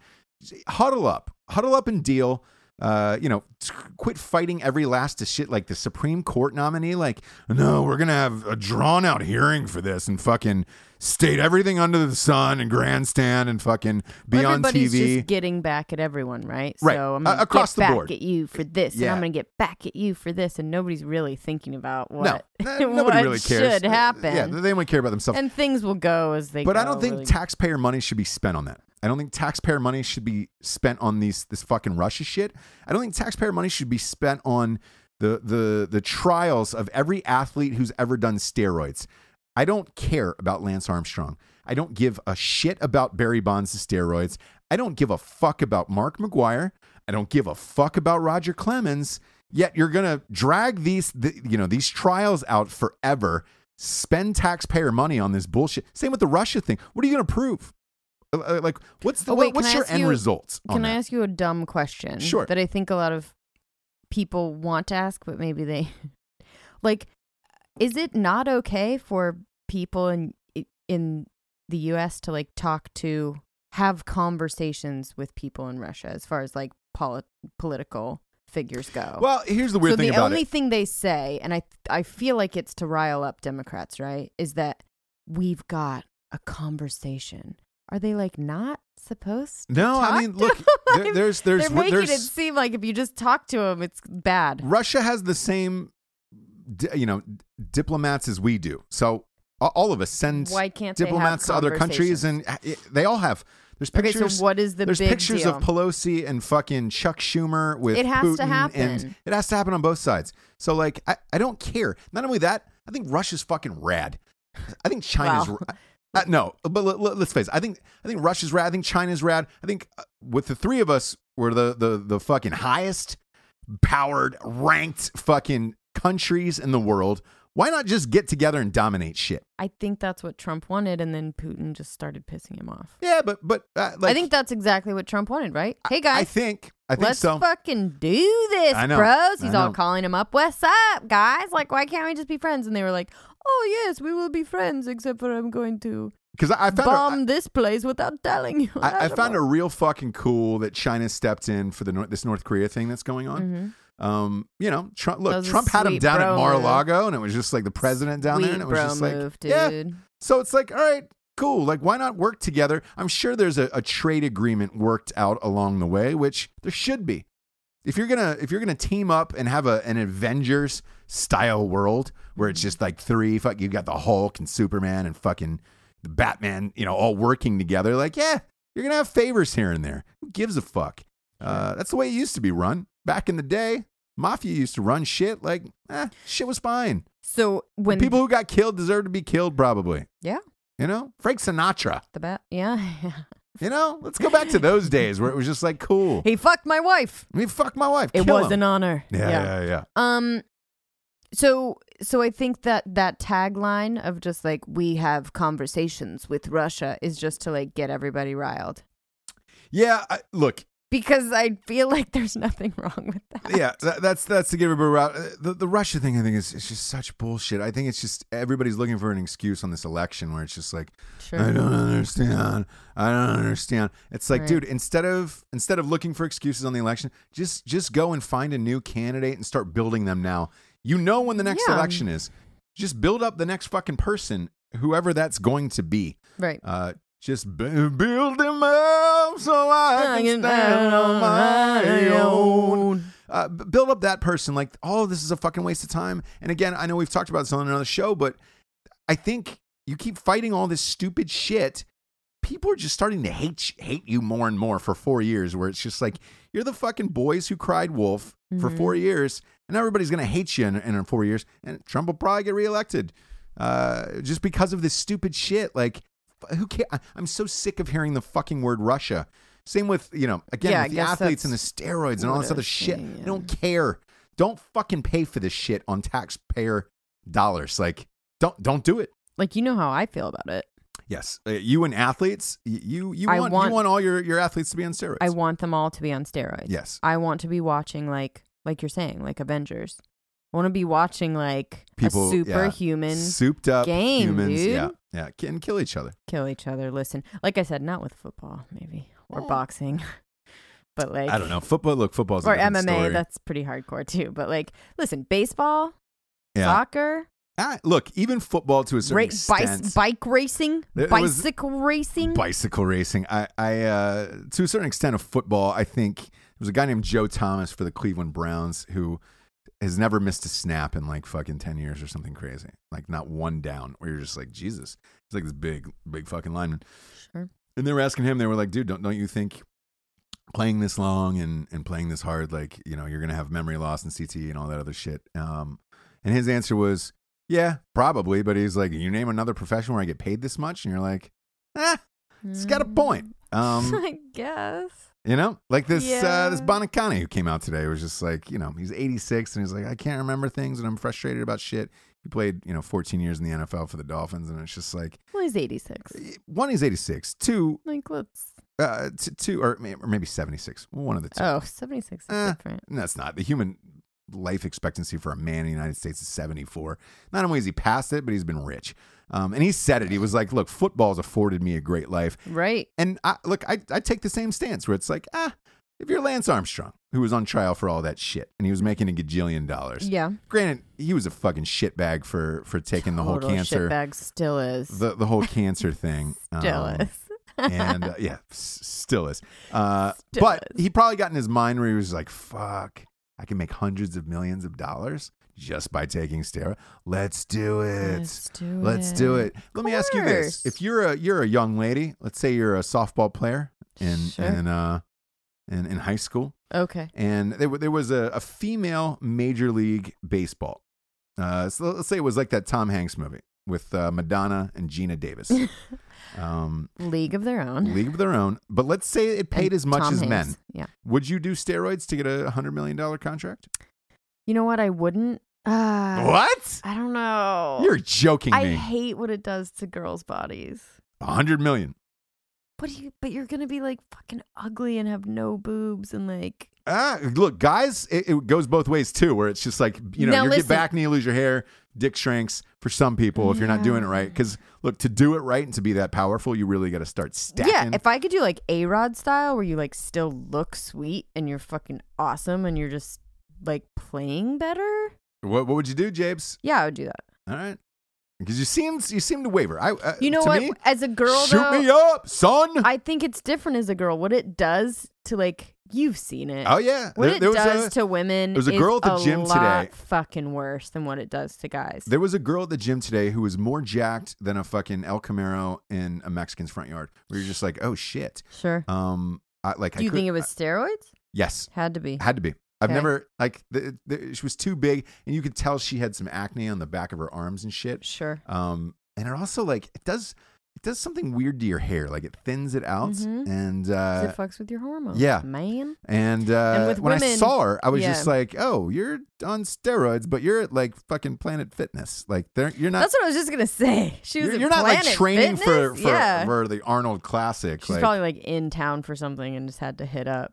huddle up, huddle up and deal. Uh, you know, t- quit fighting every last of shit like the Supreme Court nominee. Like, no, we're gonna have a drawn out hearing for this and fucking state everything under the sun and grandstand and fucking be
Well,
on
everybody's
TV.
just getting back at everyone, right?
Right.
So I'm
Uh,
gonna
across
get
the
back
board.
at you for this, and
Yeah.
I'm gonna get back at you for this, and nobody's really thinking about
no,
what
n- nobody
what
really cares.
should
Uh,
happen.
Yeah, they only care about themselves.
and things will go as they.
But I
go,
don't think
really.
taxpayer money should be spent on that. I don't think taxpayer money should be spent on these this fucking Russia shit. I don't think taxpayer money should be spent on the the the trials of every athlete who's ever done steroids. I don't care about Lance Armstrong. I don't give a shit about Barry Bonds' steroids. I don't give a fuck about Mark McGuire. I don't give a fuck about Roger Clemens. Yet you're gonna drag these, the, you know, these trials out forever. Spend taxpayer money on this bullshit. Same with the Russia thing. What are you gonna prove? Uh, uh, Like, what's the
Oh, wait,
what's
can I
your
ask
end
you-
result? on
Can I
that?
ask you a dumb question?
Sure.
That I think a lot of people want to ask, but maybe they like. Is it not okay for people in in the U.S. to like talk to have conversations with people in Russia as far as like polit- political figures go?
Well, here's the weird
so
thing
the
about
only
it.
thing they say, and I I feel like it's to rile up Democrats, right? Is that we've got a conversation. Are they like not supposed? to
No, I
talk
mean,
to
look,
them?
there- there's- there's-
they're making it
there's-
seem like if you just talk to them, it's bad.
Russia has the same, di- you know, diplomats as we do. So a- all of us send
Why can't they have
diplomats to other countries, and uh, it- they all have. There's
Okay,
pictures.
so what is the
there's
big
pictures of
deal?
Pelosi and fucking Chuck Schumer with
It has to
Putin,
happen.
and it has to happen on both sides. So like, I, I don't care. Not only that, I think Russia's fucking rad. I think China's.
Wow.
ra- Uh, no, but l- let's face it. I think I think Russia's rad. I think China's rad. I think uh, with the three of us, we're the the the fucking highest powered, ranked fucking countries in the world. Why not just get together and dominate shit?
I think that's what Trump wanted, and then Putin just started pissing him off.
Yeah, but but uh, like,
I think that's exactly what Trump wanted, right? Hey guys,
I think I think
Let's
so.
fucking do this,
I know.
bros.
I
He's
know.
all calling him up. What's up, guys? Like, why can't we just be friends? And they were like, Oh yes, we will be friends, except for I'm going to
Because I, I found a-
bomb this place without telling you.
I, I found it real fucking cool that China stepped in for the Nor- this North Korea thing that's going on. Um, you know, Trump.
That
Look,
was a
Trump had him
Mm-hmm. sweet
down
bro
at
move.
Mar-a-Lago, and it was just like the president down there, and it was
bro
just like,
move,
yeah.
dude.
So it's like, all right, cool. Like, why not work together? I'm sure there's a, a trade agreement worked out along the way, which there should be. If you're gonna if you're gonna team up and have a an Avengers style world where it's just like three fuck you got the Hulk and Superman and fucking the Batman, you know, all working together, like yeah, you're gonna have favors here and there. Who gives a fuck? Uh, that's the way it used to be run back in the day. Mafia used to run shit like eh, shit was fine.
So when
People who got killed deserve to be killed, probably.
yeah,
You know, Frank Sinatra.
the bat, yeah,
You know, let's go back to those days where it was just like cool.
he fucked my wife.
I mean, fuck my wife.
It
kill
was
him.
an honor.
Yeah, yeah, yeah.
Um so so I think that that tagline of just like we have conversations with Russia is just to like get everybody riled
Yeah. I, look.
because I feel like there's nothing wrong with that.
Yeah. That, that's that's to give everybody route. Uh, The the Russia thing, I think, is it's just such bullshit. I think it's just everybody's looking for an excuse on this election where it's just like
Sure.
I don't understand. I don't understand. It's like,
Right.
dude, instead of instead of looking for excuses on the election, just just go and find a new candidate and start building them now. You know when the next
Yeah.
election is. Just build up the next fucking person, whoever that's going to be.
Right.
Uh, just b- build him up so I can stand on my own. Uh, b- build up that person. Like, oh, this is a fucking waste of time. And again, I know we've talked about this on another show, but I think you keep fighting all this stupid shit. People are just starting to hate sh- hate you more and more for four years, where it's just like you're the fucking boys who cried wolf for
Mm-hmm.
four years, and everybody's gonna hate you in, in four years, and Trump will probably get reelected uh, just because of this stupid shit. Like, f- who cares? I'm so sick of hearing the fucking word Russia. Same with you know again
Yeah, I
with the
guess
athletes and the
that's
steroids and all
what
this
I
other
was
shit.
saying,
I don't care. Don't fucking pay for this shit on taxpayer dollars. Like, don't don't do it.
Like you know how I feel about it.
Yes, Uh, you and athletes, y- you you
I
want,
want-
you want all your, your athletes to be on steroids.
I want them all to be on steroids.
Yes.
I want to be watching like like you're saying, like Avengers. I want to be watching like
People,
a
yeah.
superhuman
souped up
game,
humans,
dude.
yeah, yeah, can kill each other.
kill each other. Listen, like I said, not with football, maybe or boxing, but like
Eh. I don't know. Football, look, football's a
or
different
MMA.
story.
That's pretty hardcore too. But like, listen, baseball,
Yeah.
soccer,
Ah, look, even football to a certain
ra-
extent,
bike, bike racing,
There- there was-
bicycle racing.
bicycle racing. I, I uh, to a certain extent of football, I think there was a guy named Joe Thomas for the Cleveland Browns who has never missed a snap in like fucking ten years or something crazy, like not one down. Where you're just like Jesus, he's like this big, big fucking lineman.
Sure.
And they were asking him, they were like, dude, don't don't you think playing this long and and playing this hard, like you know, you're gonna have memory loss and CTE and all that other shit. Um, and his answer was. Yeah, probably, but he's like, you name another profession where I get paid this much, and you're like, ah, it's got a point. Um,
Hmm. I guess.
you know, like this uh,
Mm. Yeah.
this Bonaccani who came out today was just like, you know, he's 86 and he's like, I can't remember things and I'm frustrated about shit. He played, you know, 14 years in the NFL for the Dolphins, and it's just like,
Well, he's 86.
one, he's 86, two,
Like, let's.
uh, t- two, or, may- or maybe 76, one of the two.
Oh, 76 is
Eh,
different.
No, it's not. The human life expectancy for a man in the United States is 74. Not only has he passed it, but he's been rich. Um, and he said it. He was like, look, football's afforded me a great life.
Right.
And I, look, I, I take the same stance where it's like, ah, if you're Lance Armstrong, who was on trial for all that shit, and he was making a gajillion dollars.
Yeah.
Granted, he was a fucking shitbag for for taking the
Total
whole cancer,
shitbag still is.
the the whole cancer thing.
still
Um,
is.
and uh, yeah, s- still is. Uh,
Still
but
is.
he probably got in his mind where he was like, "Fuck, I can make hundreds of millions of dollars just by taking steroids. Let's do it.
Let's do
Let's do
it.
it." Let me ask you this:
course.
If you're a you're a young lady, let's say you're a softball player in
Sure.
in uh in, in high school,
Okay.
and there wa- there was a, a female major league baseball. Uh, so let's say it was like that Tom Hanks movie with uh, Madonna and Gina Davis. um,
League of their own.
league of their own. But let's say it paid
And
as much
Tom
as men.
Hanks. Yeah.
Would you do steroids to get a hundred million dollar contract?
You know what? I wouldn't. Uh,
what?
I don't know.
You're joking
I
me.
hate what it does to girls' bodies.
A hundred million.
But you, but you're gonna be like fucking ugly and have no boobs and like.
Ah, look, guys, it, it goes both ways too. Where it's just like you know,
Now
you get
listen.
back and you lose your hair, dick shrinks for some people if you're not doing it right. Because look, to do it right and to be that powerful, you really got to start stacking.
Yeah, if I could do like a Rod style, where you like still look sweet and you're fucking awesome and you're just like playing better.
what, what would you do, Jabes?
Yeah, I would do that.
All right, because you seem you seem to waver. I uh,
You know
to
what?
me,
As a girl,
shoot
though,
me up, son.
I think it's different as a girl. What it does to like you've seen it.
oh yeah,
What it
was
does
a-
to women
there was a
is
girl at the
a
gym
lot
today.
fucking worse than what it does to guys.
There was a girl at the gym today who was more jacked than a fucking El Camaro in a Mexican's front yard. Where you're just like, oh shit.
sure.
Um, I like. I
Do you
could-
think it was steroids?
yes,
Had to be.
had to be. I've
Okay.
never like the, the, she was too big, and you could tell she had some acne on the back of her arms and shit.
Sure.
Um, and it also like it does it does something weird to your hair, like it thins it out,
Mhm.
and
'Cause
uh,
it fucks with your hormones.
yeah.
man.
and uh,
with
when I
women-
saw her, I was
yeah.
just like, oh, you're on steroids, but you're at like fucking Planet Fitness, like they're, you're not.
That's what I was just gonna say. She was.
you're,
at
you're not like
Planet
training for
Fitness?
for,
yeah.
for the Arnold Classic.
She's
like-
probably like in town for something and just had to hit up.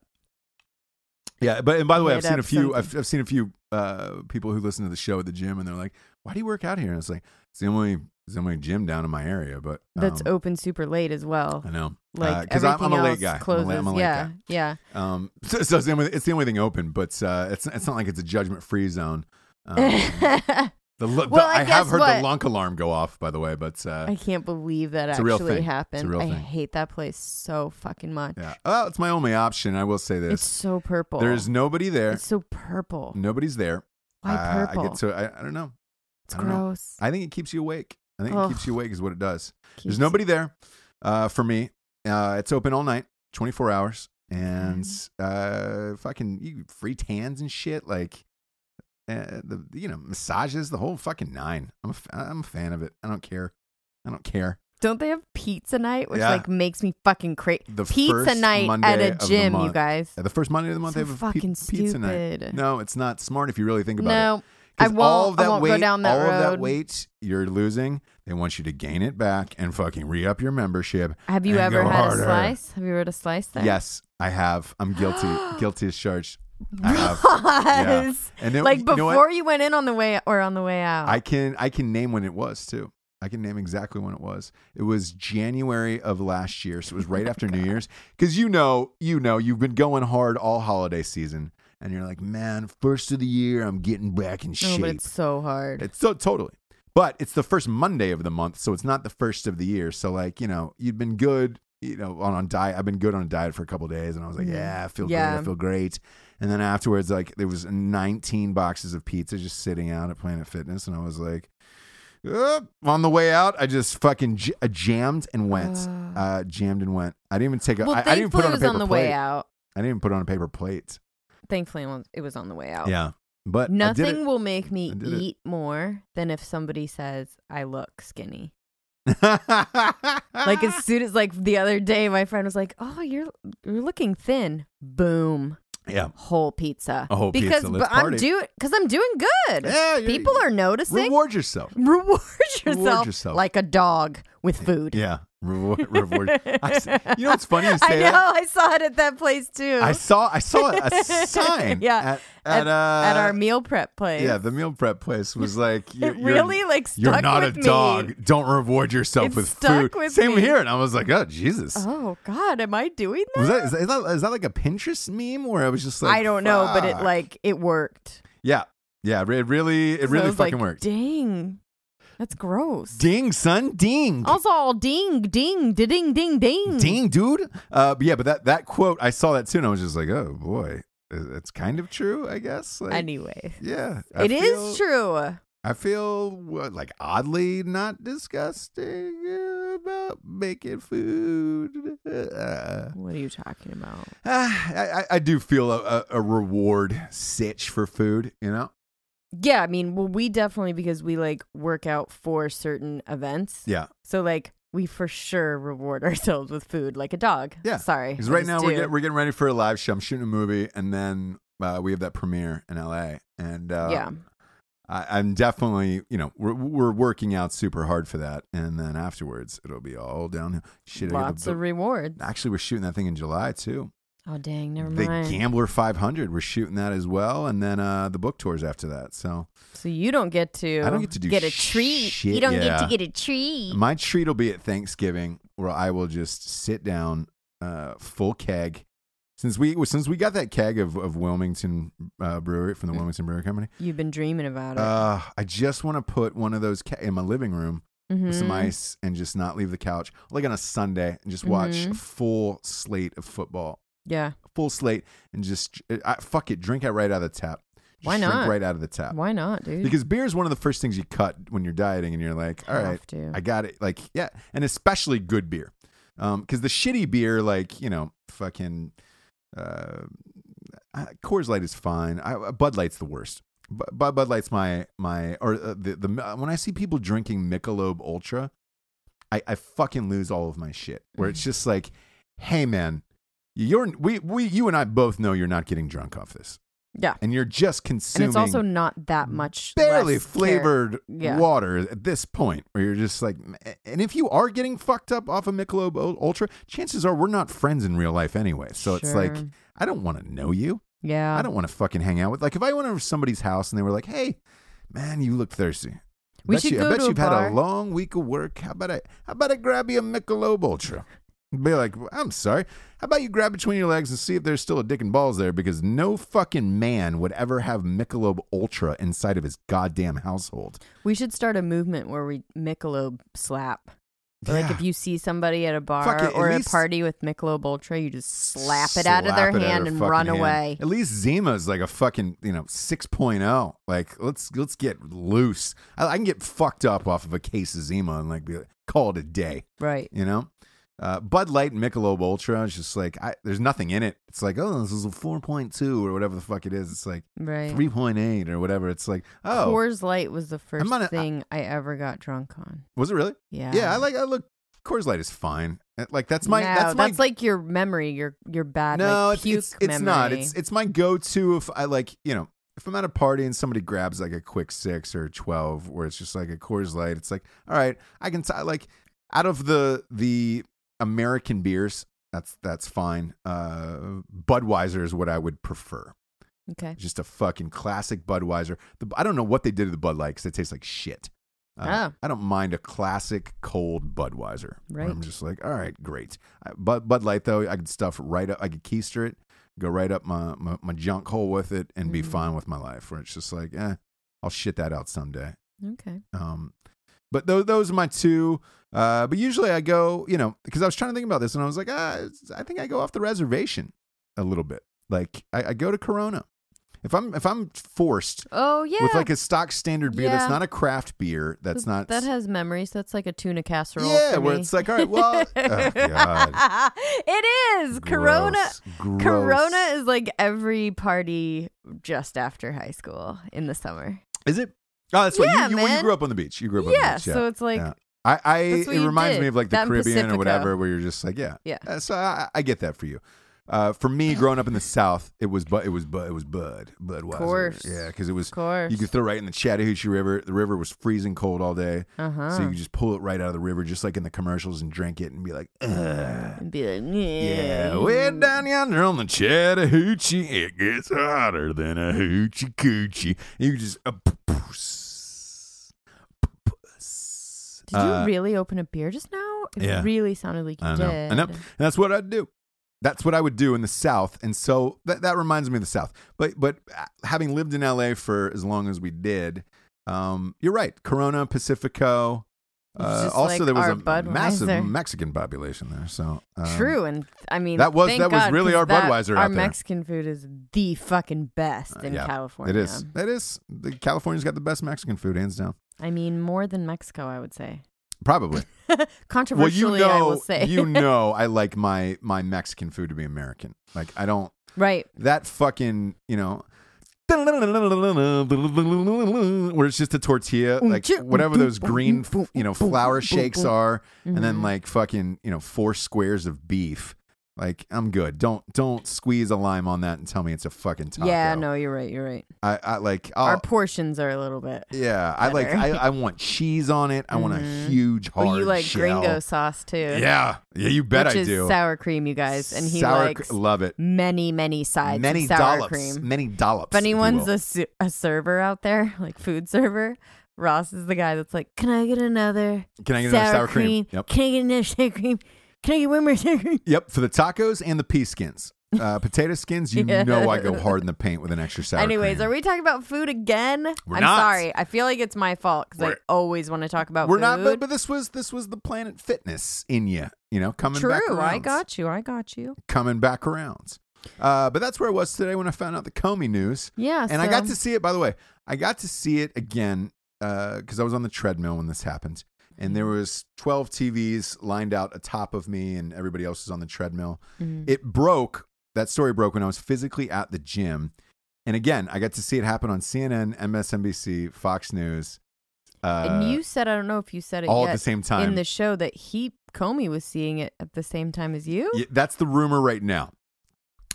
yeah. But and by the way, I've
hit
seen a
up
few.
something.
I've, I've seen a few uh, people who listen to the show at the gym, and they're like, "Why do you work out here?" And it's like, "It's the only it's the only gym down in my area." But
That's
um,
open super late as well.
I know,
Like
because I'm, I'm
everything
a late
else
guy. I'm a la-
Closes.
I'm a late
yeah.
guy.
Yeah.
Um, so, so it's, the only, it's the only thing open, but uh, it's it's not like it's a judgment free zone. Um, the, lo- the-
Well,
I,
I
have
guess
heard the
what-
lunk alarm go off, by the way, but uh,
I can't believe that
It's a real
actually
thing. It's a
happened.
real
I
thing.
hate that place so fucking much.
yeah, oh, it's my only option. I will say this:
It's so purple.
there's nobody there,
It's so purple.
nobody's there.
Why
Uh,
purple?
I get to. I, I don't know.
it's
I don't know.
gross.
I think it keeps you awake. I think it
Ugh.
keeps you awake is what it does.
Keeps-
There's nobody there uh, for me. Uh, it's open all night, 24 hours, and
Mm-hmm.
uh, fucking you free tans and shit. Like uh, the you know massages, the whole fucking nine. I'm a, f- I'm a fan of it. I don't care. I don't care.
Don't they have pizza night, which
Yeah.
like makes me fucking crazy?
The
Pizza
first
night
Monday
at a
of the
gym, you
month.
guys.
Yeah, the first Monday of the month,
So
they have a pe-
fucking
pizza night.
stupid.
No, it's not smart if you really think about it.
No,
'Cause
I
All
won't-
of
I
that
won't go
weight,
down that
all of that
road.
weight you're losing, they want you to gain it back and fucking re up your membership.
Have you
and
ever
go
had
harder.
a slice? Have you ever had a slice there?
Yes, I have. I'm guilty. guilty as charged. I have. Yeah.
Yes.
And then,
Like
you know what?
before you went in on the way or on the way out.
I can I can name when it was too. I can name exactly when it was. It was January of last year, so it was right after New Year's. Because you know, you know, you've been going hard all holiday season, and you're like, man, first of the year, I'm getting back in
no,
shape.
but it's so hard.
It's so totally. But it's the first Monday of the month, so it's not the first of the year. So like, you know, you've been good, you know, on, on diet. I've been good on a diet for a couple days and I was like,
Mhm.
yeah, I feel
Yeah.
great, I feel great. And then afterwards, like there was 19 boxes of pizza just sitting out at Planet Fitness, and I was like, "Uh," on the way out, I just fucking j- I jammed and went,
Ah.
uh, jammed and went. I didn't even take a.
well,
I, I
thankfully
didn't put on a
it was
paper
on the
plate.
way out.
I didn't even put on a paper plate.
Thankfully, it was- it was on the way out.
Yeah, but I did it.
Nothing will make me
I did it.
eat more than if somebody says I look skinny.
Ah!
Like as soon as like the other day, my friend was like, "Oh, you're you're looking thin." Boom,
yeah,
whole pizza.
A whole pizza,
because
let's
but I'm
party.
doing because I'm doing good.
Yeah, you're-
people are noticing.
reward yourself.
Reward yourself,
Reward yourself.
like a dog with food.
Yeah, reward. reward. I s you know what's funny? You say
I know.
that.
I saw it at that place too.
I saw I saw a sign.
Yeah,
at at,
at-
uh,
at our meal prep place.
Yeah, the meal prep place was like, you're,
it
you're-
really like
You're,
stuck
not a
with me.
dog. Don't reward yourself
It
with
stuck
food.
with
Same
me.
here, and I was like, oh Jesus.
Oh God, am I doing that?
Was that is, that is that is that like a Pinterest meme where I was just like
I don't know, but it
"Fuck."
like it worked.
yeah yeah it really it
So I
really
was
fucking
like,
worked.
Dang, that's gross.
Ding son ding.
Also, all ding, ding, ding, ding, ding,
Ding, dude. Uh, but yeah, but that that quote, I saw that too, and I was just like, oh boy, it's kind of true, I guess. Like,
Anyway,
yeah, I
it is
feel-
true.
I feel what, like oddly not disgusting about making food. Uh,
What are you talking about?
ah, I, I- I do feel a, a, a reward sitch for food, you know.
Yeah, I mean, well, we definitely because we like work out for certain events.
Yeah,
So like we for sure reward ourselves with food like a dog.
Yeah.
Sorry.
because
I
right
just
now we're
do.
get, we're getting ready for a live show. I'm shooting a movie, and then uh, we have that premiere in LA, and uh,
yeah.
I, I'm definitely, you know, we're, we're working out super hard for that, and then afterwards it'll be all downhill. Shit, I got
Lots
the-
of rewards.
actually, we're shooting that thing in July too.
Oh dang, never
the
mind.
Gambler 500, we're shooting that as well, and then uh, the book tours after that. So
so you don't get to
I don't get to do
a treat.
shit,
you don't get
yeah.
to get a treat.
my treat will be at Thanksgiving, where I will just sit down, uh, full keg. Since we since we got that keg of of Wilmington uh, Brewery from the Wilmington Brewery Company,
You've been dreaming about Mm. it.
uh, I just want to put one of those ke- in my living room
Mm-hmm.
with some ice and just not leave the couch like on a sunday and just watch a
Mhm.
full slate of football
Yeah.
full slate and just uh, I, fuck it drink it right out of the tap Just
Why
drink
not?
right out of the tap
Why not, dude?
Uh, because beer is one of the first things you cut when you're dieting and you're like all
Have
right
to.
i got it like yeah and especially good beer um because the shitty beer like you know fucking uh uh, coors light is fine I, uh, bud light's the worst Bu- Bud, Bud Light's my my or uh, the the uh, when I see people drinking Michelob Ultra, I, I fucking lose all of my shit. Where it's just like, hey man, you're we we you and I both know you're not getting drunk off this,
yeah.
and you're just
And
consuming
it's also not that much
barely
less care-
flavored
Yeah.
water at this point. Where you're just like, "M- and if you are getting fucked up off of Michelob Ul- Ultra, chances are we're not friends in real life anyway. So it's like,
Sure.
I don't want to know you.
Yeah.
I don't want to fucking hang out with. Like, if I went over to somebody's house and they were like, "Hey, man, you look thirsty. I
We
bet
should
you, I
go
bet
to a
you've had
bar."
a long week of work. How about I? How about I grab you a Michelob Ultra?" I'd Be like, "I'm sorry. How about you grab between your legs and see if there's still a dick and balls there? Because no fucking man would ever have Michelob Ultra inside of his goddamn household.
We should start a movement where we Michelob slap. Or, Like
Yeah.
if you see somebody at a
Fuck
bar
it, at
or a
least-
party with Michelob Ultra, you just slap it out of their
Slap it
hand
their
and
fucking
run
hand.
away.
At least Zima's like a fucking, you know, 6.0. Like, let's let's get loose. I, I can get fucked up off of a case of Zima and like be like, call it a day,
Right.
you know? Uh, Bud Light and Michelob Ultra is just like, I, there's nothing in it. It's like, oh, this is a 4.2 or whatever the fuck it is. It's like
Right.
3.8 or whatever. It's like, oh,
Coors Light was the 1st
on a-
thing I ever got drunk on.
was it really?
Yeah.
Yeah, I like, I look Coors Light is fine. Uh, Like that's my
no,
that's my
like your memory, your your bad
no,
like,
it's-
puke
it's, it's
memory.
not. It's it's my go-to if I like, you know, if I'm at a party and somebody grabs like a quick 6 or 12 where it's just like a Coors Light, it's like, all right, I can t- like out of the the American beers, that's that's fine. Uh Budweiser is what I would prefer.
okay.
Just a fucking classic Budweiser. The, I don't know what they did to the Bud Light cuz it tastes like shit. Uh,
Oh.
I don't mind a classic cold Budweiser. where I'm
Right.
just like, all right, great. I, Bud, Bud Light though, I could stuff right up. I could keister it, go right up my my, my junk hole with it, and be
Mhm.
fine with my life. Where it's just like, eh, I'll shit that out someday.
Okay.
Um, but those those are my two. Uh, but usually I go, you know, because I was trying to think about this, and I was like, ah, it's- I think I go off the reservation a little bit. Like I, I go to Corona. If I'm if I'm forced
Oh yeah.
with like a stock standard beer that's
Yeah.
not a craft beer, that's not
that has memories. That's like a tuna casserole.
yeah,
for
where
me.
it's like, all right, well, oh, God.
it is Corona.
Gross.
Corona
Gross.
is like every party just after high school in the summer.
Is it? Oh, that's right.
Yeah,
you, you, well, you
man.
grew up on the beach. You grew up on the
Yeah,
beach. Yeah.
so it's like
yeah. I, I
that's what
it
you
reminds
did.
me of like the
That and
Caribbean or
Pacifico.
whatever, where you're just like, yeah,
Yeah.
Uh, So I, I get that for you. Uh, for me, growing up in the South, it was but it was but it was Bud Budweiser.
course.
yeah, because it was
of course.
you could throw right in the Chattahoochee River. The river was freezing cold all day,
uh-huh.
so you could just pull it right out of the river, just like in the commercials, and drink it and be like, Ugh.
and be like, yeah,
Yeah, way down yonder on the Chattahoochee, it gets hotter than a hoochie coochie. You just. Uh, p- p- s- p- p- s-
Did you
Uh,
really open a beer just now? It
yeah.
really sounded like you
I
did.
know. I know. And that's what I'd do. That's what I would do in the South. And so that, that reminds me of the South. But but uh, having lived in LA for as long as we did, um, you're right. Corona, Pacifico.
It's
Uh,
just
also,
like
there was
our
a massive
Budweiser.
Mexican population there. So um,
True, and I mean
that was-
thank
that was
God,
really
'cause
our
that-
Budweiser
Our
out there.
Mexican food is the fucking best
Uh,
in
yeah,
California.
It is. It is. The California's got the best Mexican food, hands down.
I mean, more than Mexico, I would say.
Probably. well, you
Controversially,
know,
I will say.
you know, I like my my Mexican food to be American. Like I don't
right?
that fucking you know. Where it's just a tortilla,
Mm,
like whatever those green, you know, flour shakes are, and
Mm-hmm.
then like fucking, you know, four squares of beef. Like I'm good. Don't don't squeeze a lime on that and tell me it's a fucking taco. Uh,
Yeah, no, you're right. You're right.
I, I like.
Our
I'll,
portions are a little bit.
Yeah, I like.
better.
I, I want cheese on it. I want a
Mhm.
huge hard.
Well, you like
shell.
gringo sauce too.
Yeah, yeah, you bet
which
I
is
do.
sour cream, you guys, and he
Sour
likes
cr- love it.
many, many sides
Many
of sour
dollops.
cream.
Many dollops.
If anyone's a, su- a server out there, like food server, Ross is the guy that's like, "Can I get another
can I get
sour,
another sour cream?
cream?
Yep.
Can I get another sour cream? Can I get one more sour cream?"
Yep. For the tacos and the pea skins, uh, potato skins. You
Yeah.
know I go hard in the paint with an extra sour.
Anyways,
cream.
are we talking about food again?
We're
I'm
not.
sorry. I feel like it's my fault because I
We're-
always want to talk about
We're
food.
not. But, but this was this was the Planet Fitness in you. You know, coming back
True.
around.
I got you. I got you.
coming back around. Uh, but that's where I was today when I found out the Comey news.
Yeah.
and I got
so-
to see it. By the way, I got to see it again because I was on the treadmill when this happened, and
Mm-hmm.
there was twelve TVs lined out atop of me, and everybody else was on the treadmill.
Mm-hmm.
It broke. That story broke when I was physically at the gym, and again, I got to see it happen on CNN, MSNBC, Fox News. Uh,
and you said I don't know if you said it
all at
yet
the same time.
in the show that he Comey was seeing it at the same time as you.
Yeah, that's the rumor right now.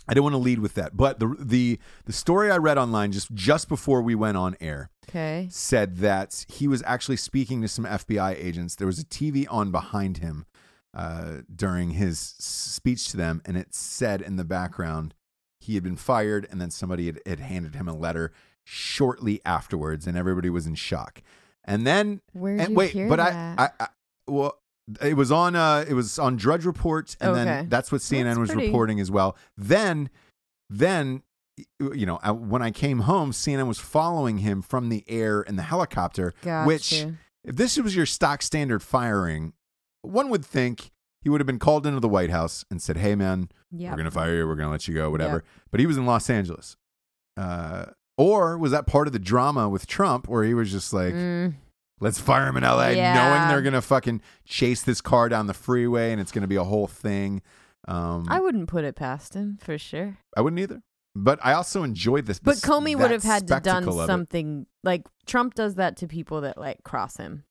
I don't want to lead with that, but the the the story I read online just just before we went on air
Okay.
said that he was actually speaking to some FBI agents. There was a TV on behind him uh, during his speech to them, and it said in the background he had been fired, and then somebody had, had handed him a letter shortly afterwards, and everybody was in shock. And then,
Where did
and
you
wait,
hear
but I,
that?
I, I, well. It was on uh it was on Drudge Report and
Okay.
then that's what CNN
That's
was
pretty-
reporting as well. Then then you know, I, when I came home, CNN was following him from the air in the helicopter.
Gotcha.
Which, if this was your stock standard firing, one would think he would have been called into the White House and said, "Hey, man,
yeah.
we're going to fire you. We're going to let you go, whatever." But he was in Los Angeles. Uh, or was that part of the drama with Trump, where he was just like,
Mm,
"Let's fire him in L.A., knowing
Yeah.
they're going to fucking chase this car down the freeway and it's going to be a whole thing." Um, I
I
w-
wouldn't put it past him for sure.
I wouldn't either. But I also enjoyed this.
But
this-
Comey
that
would have had to done
spectacle of it.
something like Trump does that to people that like cross him.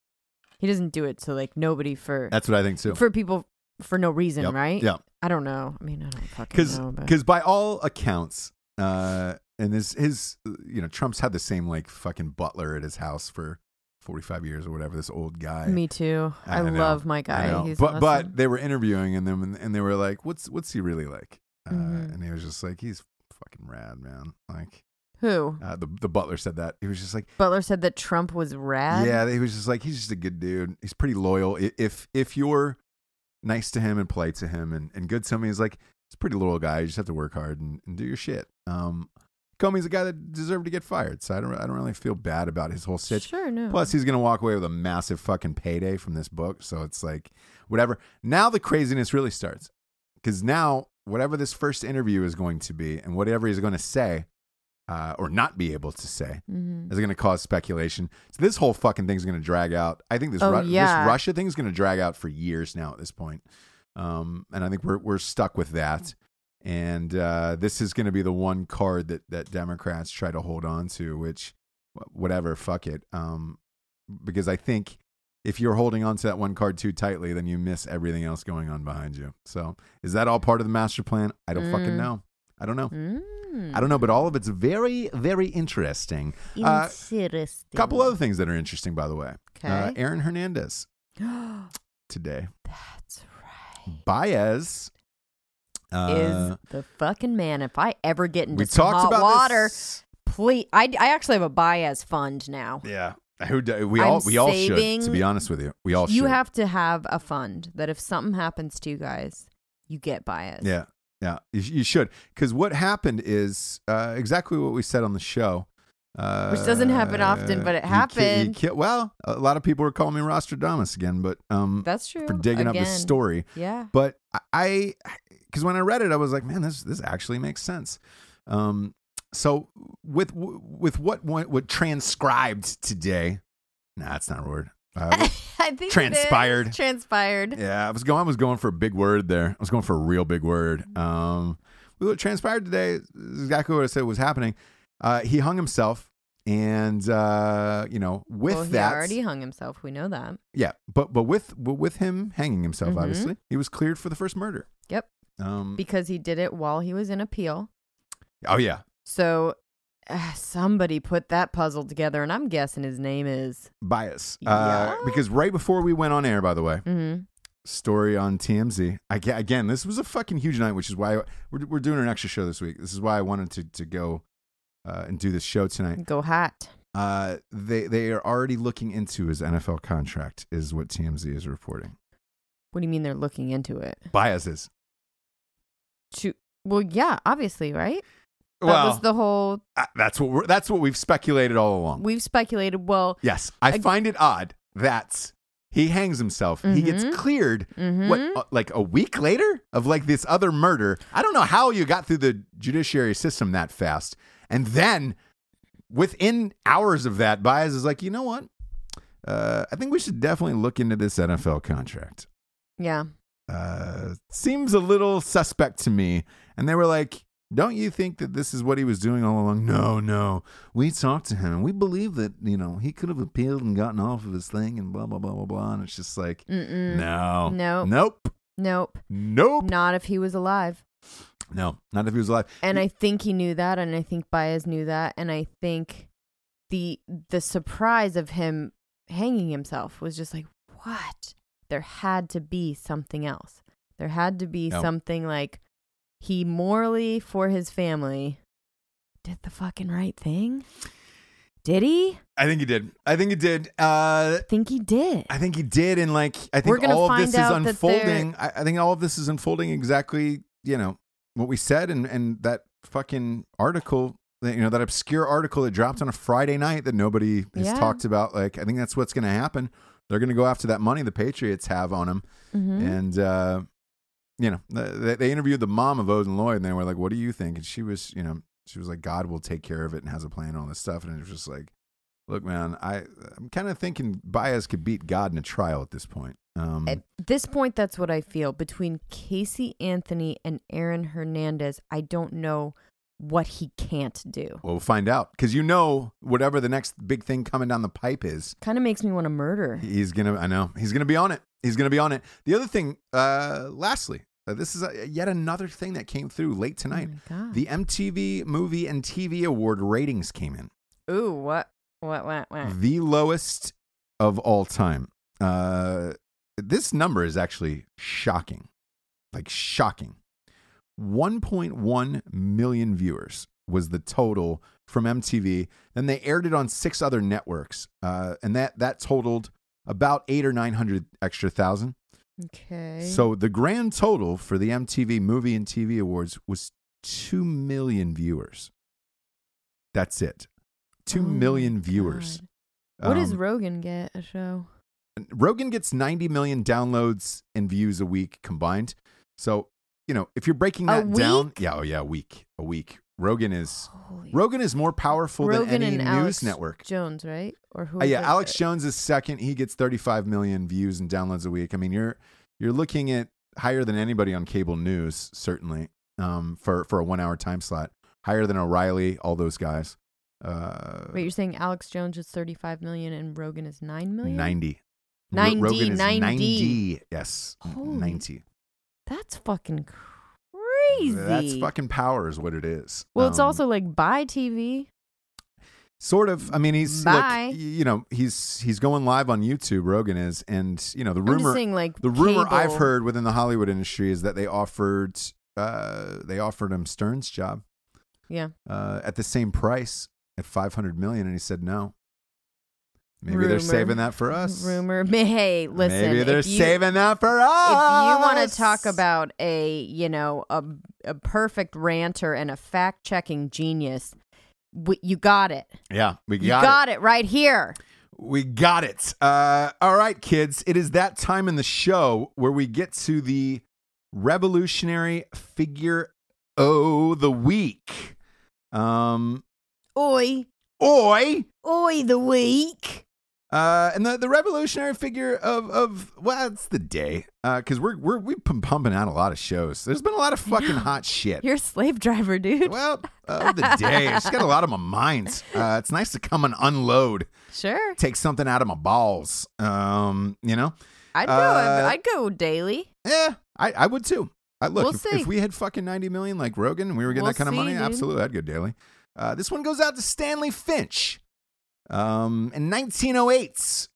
He doesn't do it to like nobody for
That's what I think too.
for people for no reason,
Yep,
right?
yep.
I don't know. I mean, I don't fucking
because
know. But
because by all accounts uh and his his uh, you know trump's had the same like fucking butler at his house for 45 years or whatever this old guy
me too. I,
know,
love my
I
guy.
know.
He's
but
awesome.
but they were interviewing and then and they were like what's what's he really like uh,
Mhm.
and he was just like he's fucking rad man like
who
uh, the the butler said that he was just like
Butler said that Trump was rad.
yeah he was just like he's just a good dude he's pretty loyal I- if if you're nice to him and polite to him and, and good to him he's like he's a pretty loyal guy you just have to work hard and, and do your shit um comey's a guy that deserved to get fired so i don't i don't really feel bad about his whole situation
sure. No.
Plus, he's going to walk away with a massive fucking payday from this book. So it's like, whatever. Now the craziness really starts. Because now, whatever this first interview is going to be and whatever he's going to say uh, or not be able to say
Mhm.
is going to cause speculation. So this whole fucking thing's going to drag out. I think this,
Oh,
Ru-
yeah.
this Russia thing is going to drag out for years now at this point. Um, and I think we're, we're stuck with that. And uh, this is going to be the one card that, that Democrats try to hold on to, which wh- whatever, fuck it. Um, because I think if you're holding on to that one card too tightly, then you miss everything else going on behind you. So is that all part of the master plan? I don't fucking
Mm.
know. I don't know.
Mm.
I don't know, but all of it's very, very interesting. Uh,
Interesting.
a couple other things that are interesting, by the way. Uh,
Okay.
Aaron Hernandez uh, today.
That's right.
Baez uh,
is the fucking man. If I ever get into
we
some
talked
hot
about
water,
this-
please. I, I actually have a Baez fund now.
Yeah, who do, we
I'm
all we all should. To
saving-
be honest with you, we all
you
should.
have to have a fund that if something happens to you guys, you get Baez.
Yeah, yeah, you, sh- you should. Because what happened is uh, exactly what we said on the show, uh,
Which doesn't happen often, but
you
it
ca- you
happened.
ca- well, a lot of people are calling me Rostradamus again, but um,
That's true.
for digging up
Again.
this story.
Yeah.
But I, because when I read it, I was like, man, this this actually makes sense. Um, so with with what what, what transcribed today? Nah, that's not a word. Uh,
I think it is.
Transpired.
Transpired.
yeah, I was going. I was going for a big word there. I was going for a real big word.
Mm-hmm.
Um, what transpired today is exactly what I said was happening. Uh, he hung himself, and uh, you know, with
well,
that,
he already hung himself. We know that.
yeah, but but with but with him hanging himself,
Mhm.
obviously, he was cleared for the first murder.
Yep.
Um,
Because he did it while he was in appeal.
oh yeah,
So uh, somebody put that puzzle together, and I'm guessing his name is.
bias. Uh,
Yeah.
because right before we went on air, by the way,
hmm
story on TMZ. I, ca- again, this was a fucking huge night, which is why we're, we're doing an extra show this week. This is why I wanted to to go uh, and do this show tonight.
Go hat.
Uh, they they are already looking into his NFL contract, is what TMZ is reporting.
What do you mean they're looking into it?
Biases.
To well, yeah, obviously, right? That
well,
was the whole
uh, that's what we're, that's what we've speculated all along.
we've speculated. Well,
yes, I
Ag-
find it odd that he hangs himself. He gets
Mhm.
cleared
mhm.
what uh, like a week later of like this other murder i don't know how you got through the judiciary system that fast and then within hours of that Baez is like you know what uh, i think we should definitely look into this nfl contract
yeah,
uh, seems a little suspect to me and they were like don't you think that this is what he was doing all along no no we talked to him and we believe that you know he could have appealed and gotten off of his thing and blah blah blah blah blah and it's just like
Mm-mm.
no
Mm-hmm. Nope.
nope
nope,
nope
not if he was alive.
No, not if he was alive.
And I think he knew that, and I think Baez knew that, and I think the the surprise of him hanging himself was just like, what? There had to be something else. There had to be
No.
something like he morally for his family did the fucking right thing. Did he?
I think he did. I think he did. Uh,
think he did.
I think he did. And like, I
We're
think
gonna
all of this
find
is
out that
unfolding. I, I think all of this is unfolding exactly, you know, what we said and, and that fucking article, that, you know, that obscure article that dropped on a Friday night that nobody has
Yeah.
talked about. Like, I think that's what's going to happen. They're going to go after that money the Patriots have on him.
Mhm.
and uh, you know they, they interviewed the mom of Odin Lloyd, and they were like, "What do you think?" And she was, you know, she was like, "God will take care of it and has a plan and all this stuff." And it was just like, "Look, man, I I'm kind of thinking Baez could beat God in a trial at this point." Um,
At this point, that's what I feel. Between Casey Anthony and Aaron Hernandez, I don't know what he can't do.
Well, we'll find out because you know whatever the next big thing coming down the pipe is,
Kind of makes me want to murder.
he's gonna. I know he's gonna be on it. He's gonna be on it. The other thing, uh, lastly, uh, this is uh yet another thing that came through late tonight.
Oh God.
the MTV Movie and TV Award ratings came in.
Ooh, what? What, what, what?
the lowest of all time. Uh, this number is actually shocking, like shocking. 1.1 million viewers was the total from MTV. Then they aired it on six other networks, uh, and that that totaled about eight or nine hundred extra thousand.
Okay.
So the grand total for the MTV Movie and TV Awards was 2 million viewers. That's it.
Oh
two
my
million viewers.
God. What does
Um,
Rogan get a show?
Rogan gets 90 million downloads and views a week combined. So, you know, if you're breaking
A
that down, yeah, oh yeah, a week, a week. Rogan is
Holy
Rogan is more powerful than
Rogan
any
and
news
Alex
network.
Jones, right? Or who?
Uh, yeah,
is it?
Alex Jones is second. He gets 35 million views and downloads a week. I mean, you're you're looking at higher than anybody on cable news, certainly. Um, for for a one hour time slot, higher than O'Reilly, all those guys. Uh,
Wait, you're saying Alex Jones is 35 million and Rogan is 9 million?
90. Ro-
90,
Rogan is
90.
90. Yes,
Holy
90.
That's fucking crazy.
That's fucking power, is what it is.
Well, it's
Um,
also like buy TV.
sort of. I mean, he's look,
Bye.
y- you know, he's he's going live on YouTube. Rogan is, and you know, the
I'm just
rumor
saying, like
the rumor I've
cable.
heard within the Hollywood industry is that they offered uh, they offered him Stern's job
Yeah.
uh, at the same price at five hundred million, and he said no. Maybe they're
Rumor.
saving that for us.
Rumor. Hey, listen.
Maybe they're
if you,
saving that for
If
us.
you want to talk about a, you know, a, a perfect ranter and a fact checking genius, w- you got it.
yeah, we
you
got, it.
got it. right here.
We got it. Uh, all right, kids. It is that time in the show where we get to the revolutionary figure of the week. Um,
Oi,
oi.
oi, the week.
Uh, and the, the revolutionary figure of of well, it's the day because we're we're we've been pumping out a lot of shows. There's been a lot of fucking hot shit.
You're a slave driver, dude.
well, of the day, I just got a lot of my minds. Uh, it's nice to come and unload,
Sure,
take something out of my balls. Um, you know,
I'd go.
Uh,
I'd go daily.
Yeah, I, I would too. I look
We'll
if, if
see.
we had fucking ninety million like Rogan and we were getting
We'll
that kind
see,
of money,
dude.
absolutely, I'd go daily. Uh, this one goes out to Stanley Finch. Um, in 1908,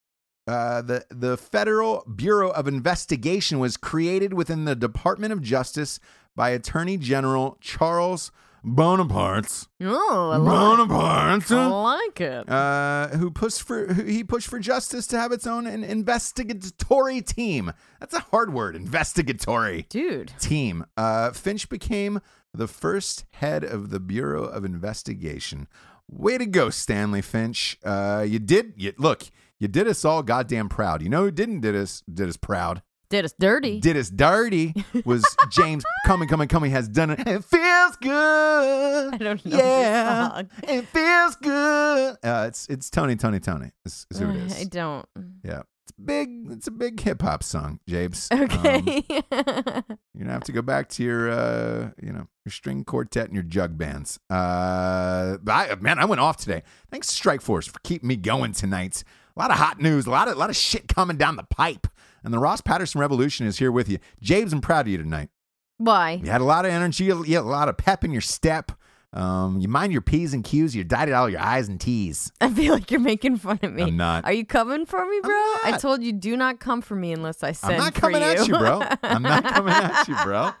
uh, the the Federal Bureau of Investigation was created within the Department of Justice by Attorney General Charles Bonaparte.
Oh, I Oh. like,
Bonaparte.
I like it.
Uh, who pushed for who, he pushed for justice to have its own an investigatory team. That's a hard word, investigatory
dude.
team. Uh, Finch became the first head of the Bureau of Investigation. Way to go, Stanley Finch. Uh, you did you look, you did us all goddamn proud. You know who didn't did us did us proud?
Did us dirty.
Did us dirty was James coming, coming, coming has done it. It feels good.
I don't know this
Yeah,
song.
it feels good. Uh, it's it's Tony, Tony, Tony. Is, is who it is.
Uh,
Um,
I don't.
yeah, it's big. It's a big hip hop song, James. Um,
Okay.
you're gonna have to go back to your, uh, you know, your string quartet and your jug bands. Uh, I, man, I went off today. Thanks, Strike Force, for keeping me going tonight. A lot of hot news, a lot of, lot of shit coming down the pipe, and the Ross Patterson Revolution is here with you. James, I'm proud of you tonight.
Why?
You had a lot of energy, you had a lot of pep in your step. Um, you mind your p's and q's, you dotted all your i's and t's.
I feel like you're making fun of me.
I'm not.
Are you coming for me, bro? I
not.
told you, do not come for me unless I send
I'm not
for
coming
you.
at you, bro. I'm not coming at you, bro.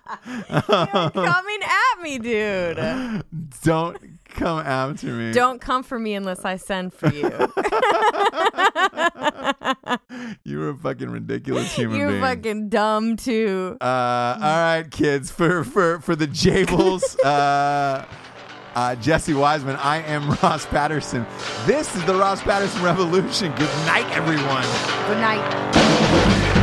coming at me, dude.
Don't come after me.
Don't come for me unless I send for you.
You're a fucking ridiculous human
You're
being.
fucking dumb too.
uh, all right, kids. For for for the Jables, uh, uh, Jesse Wiseman. I am Ross Patterson. This is the Ross Patterson Revolution. Good night, everyone.
Good night.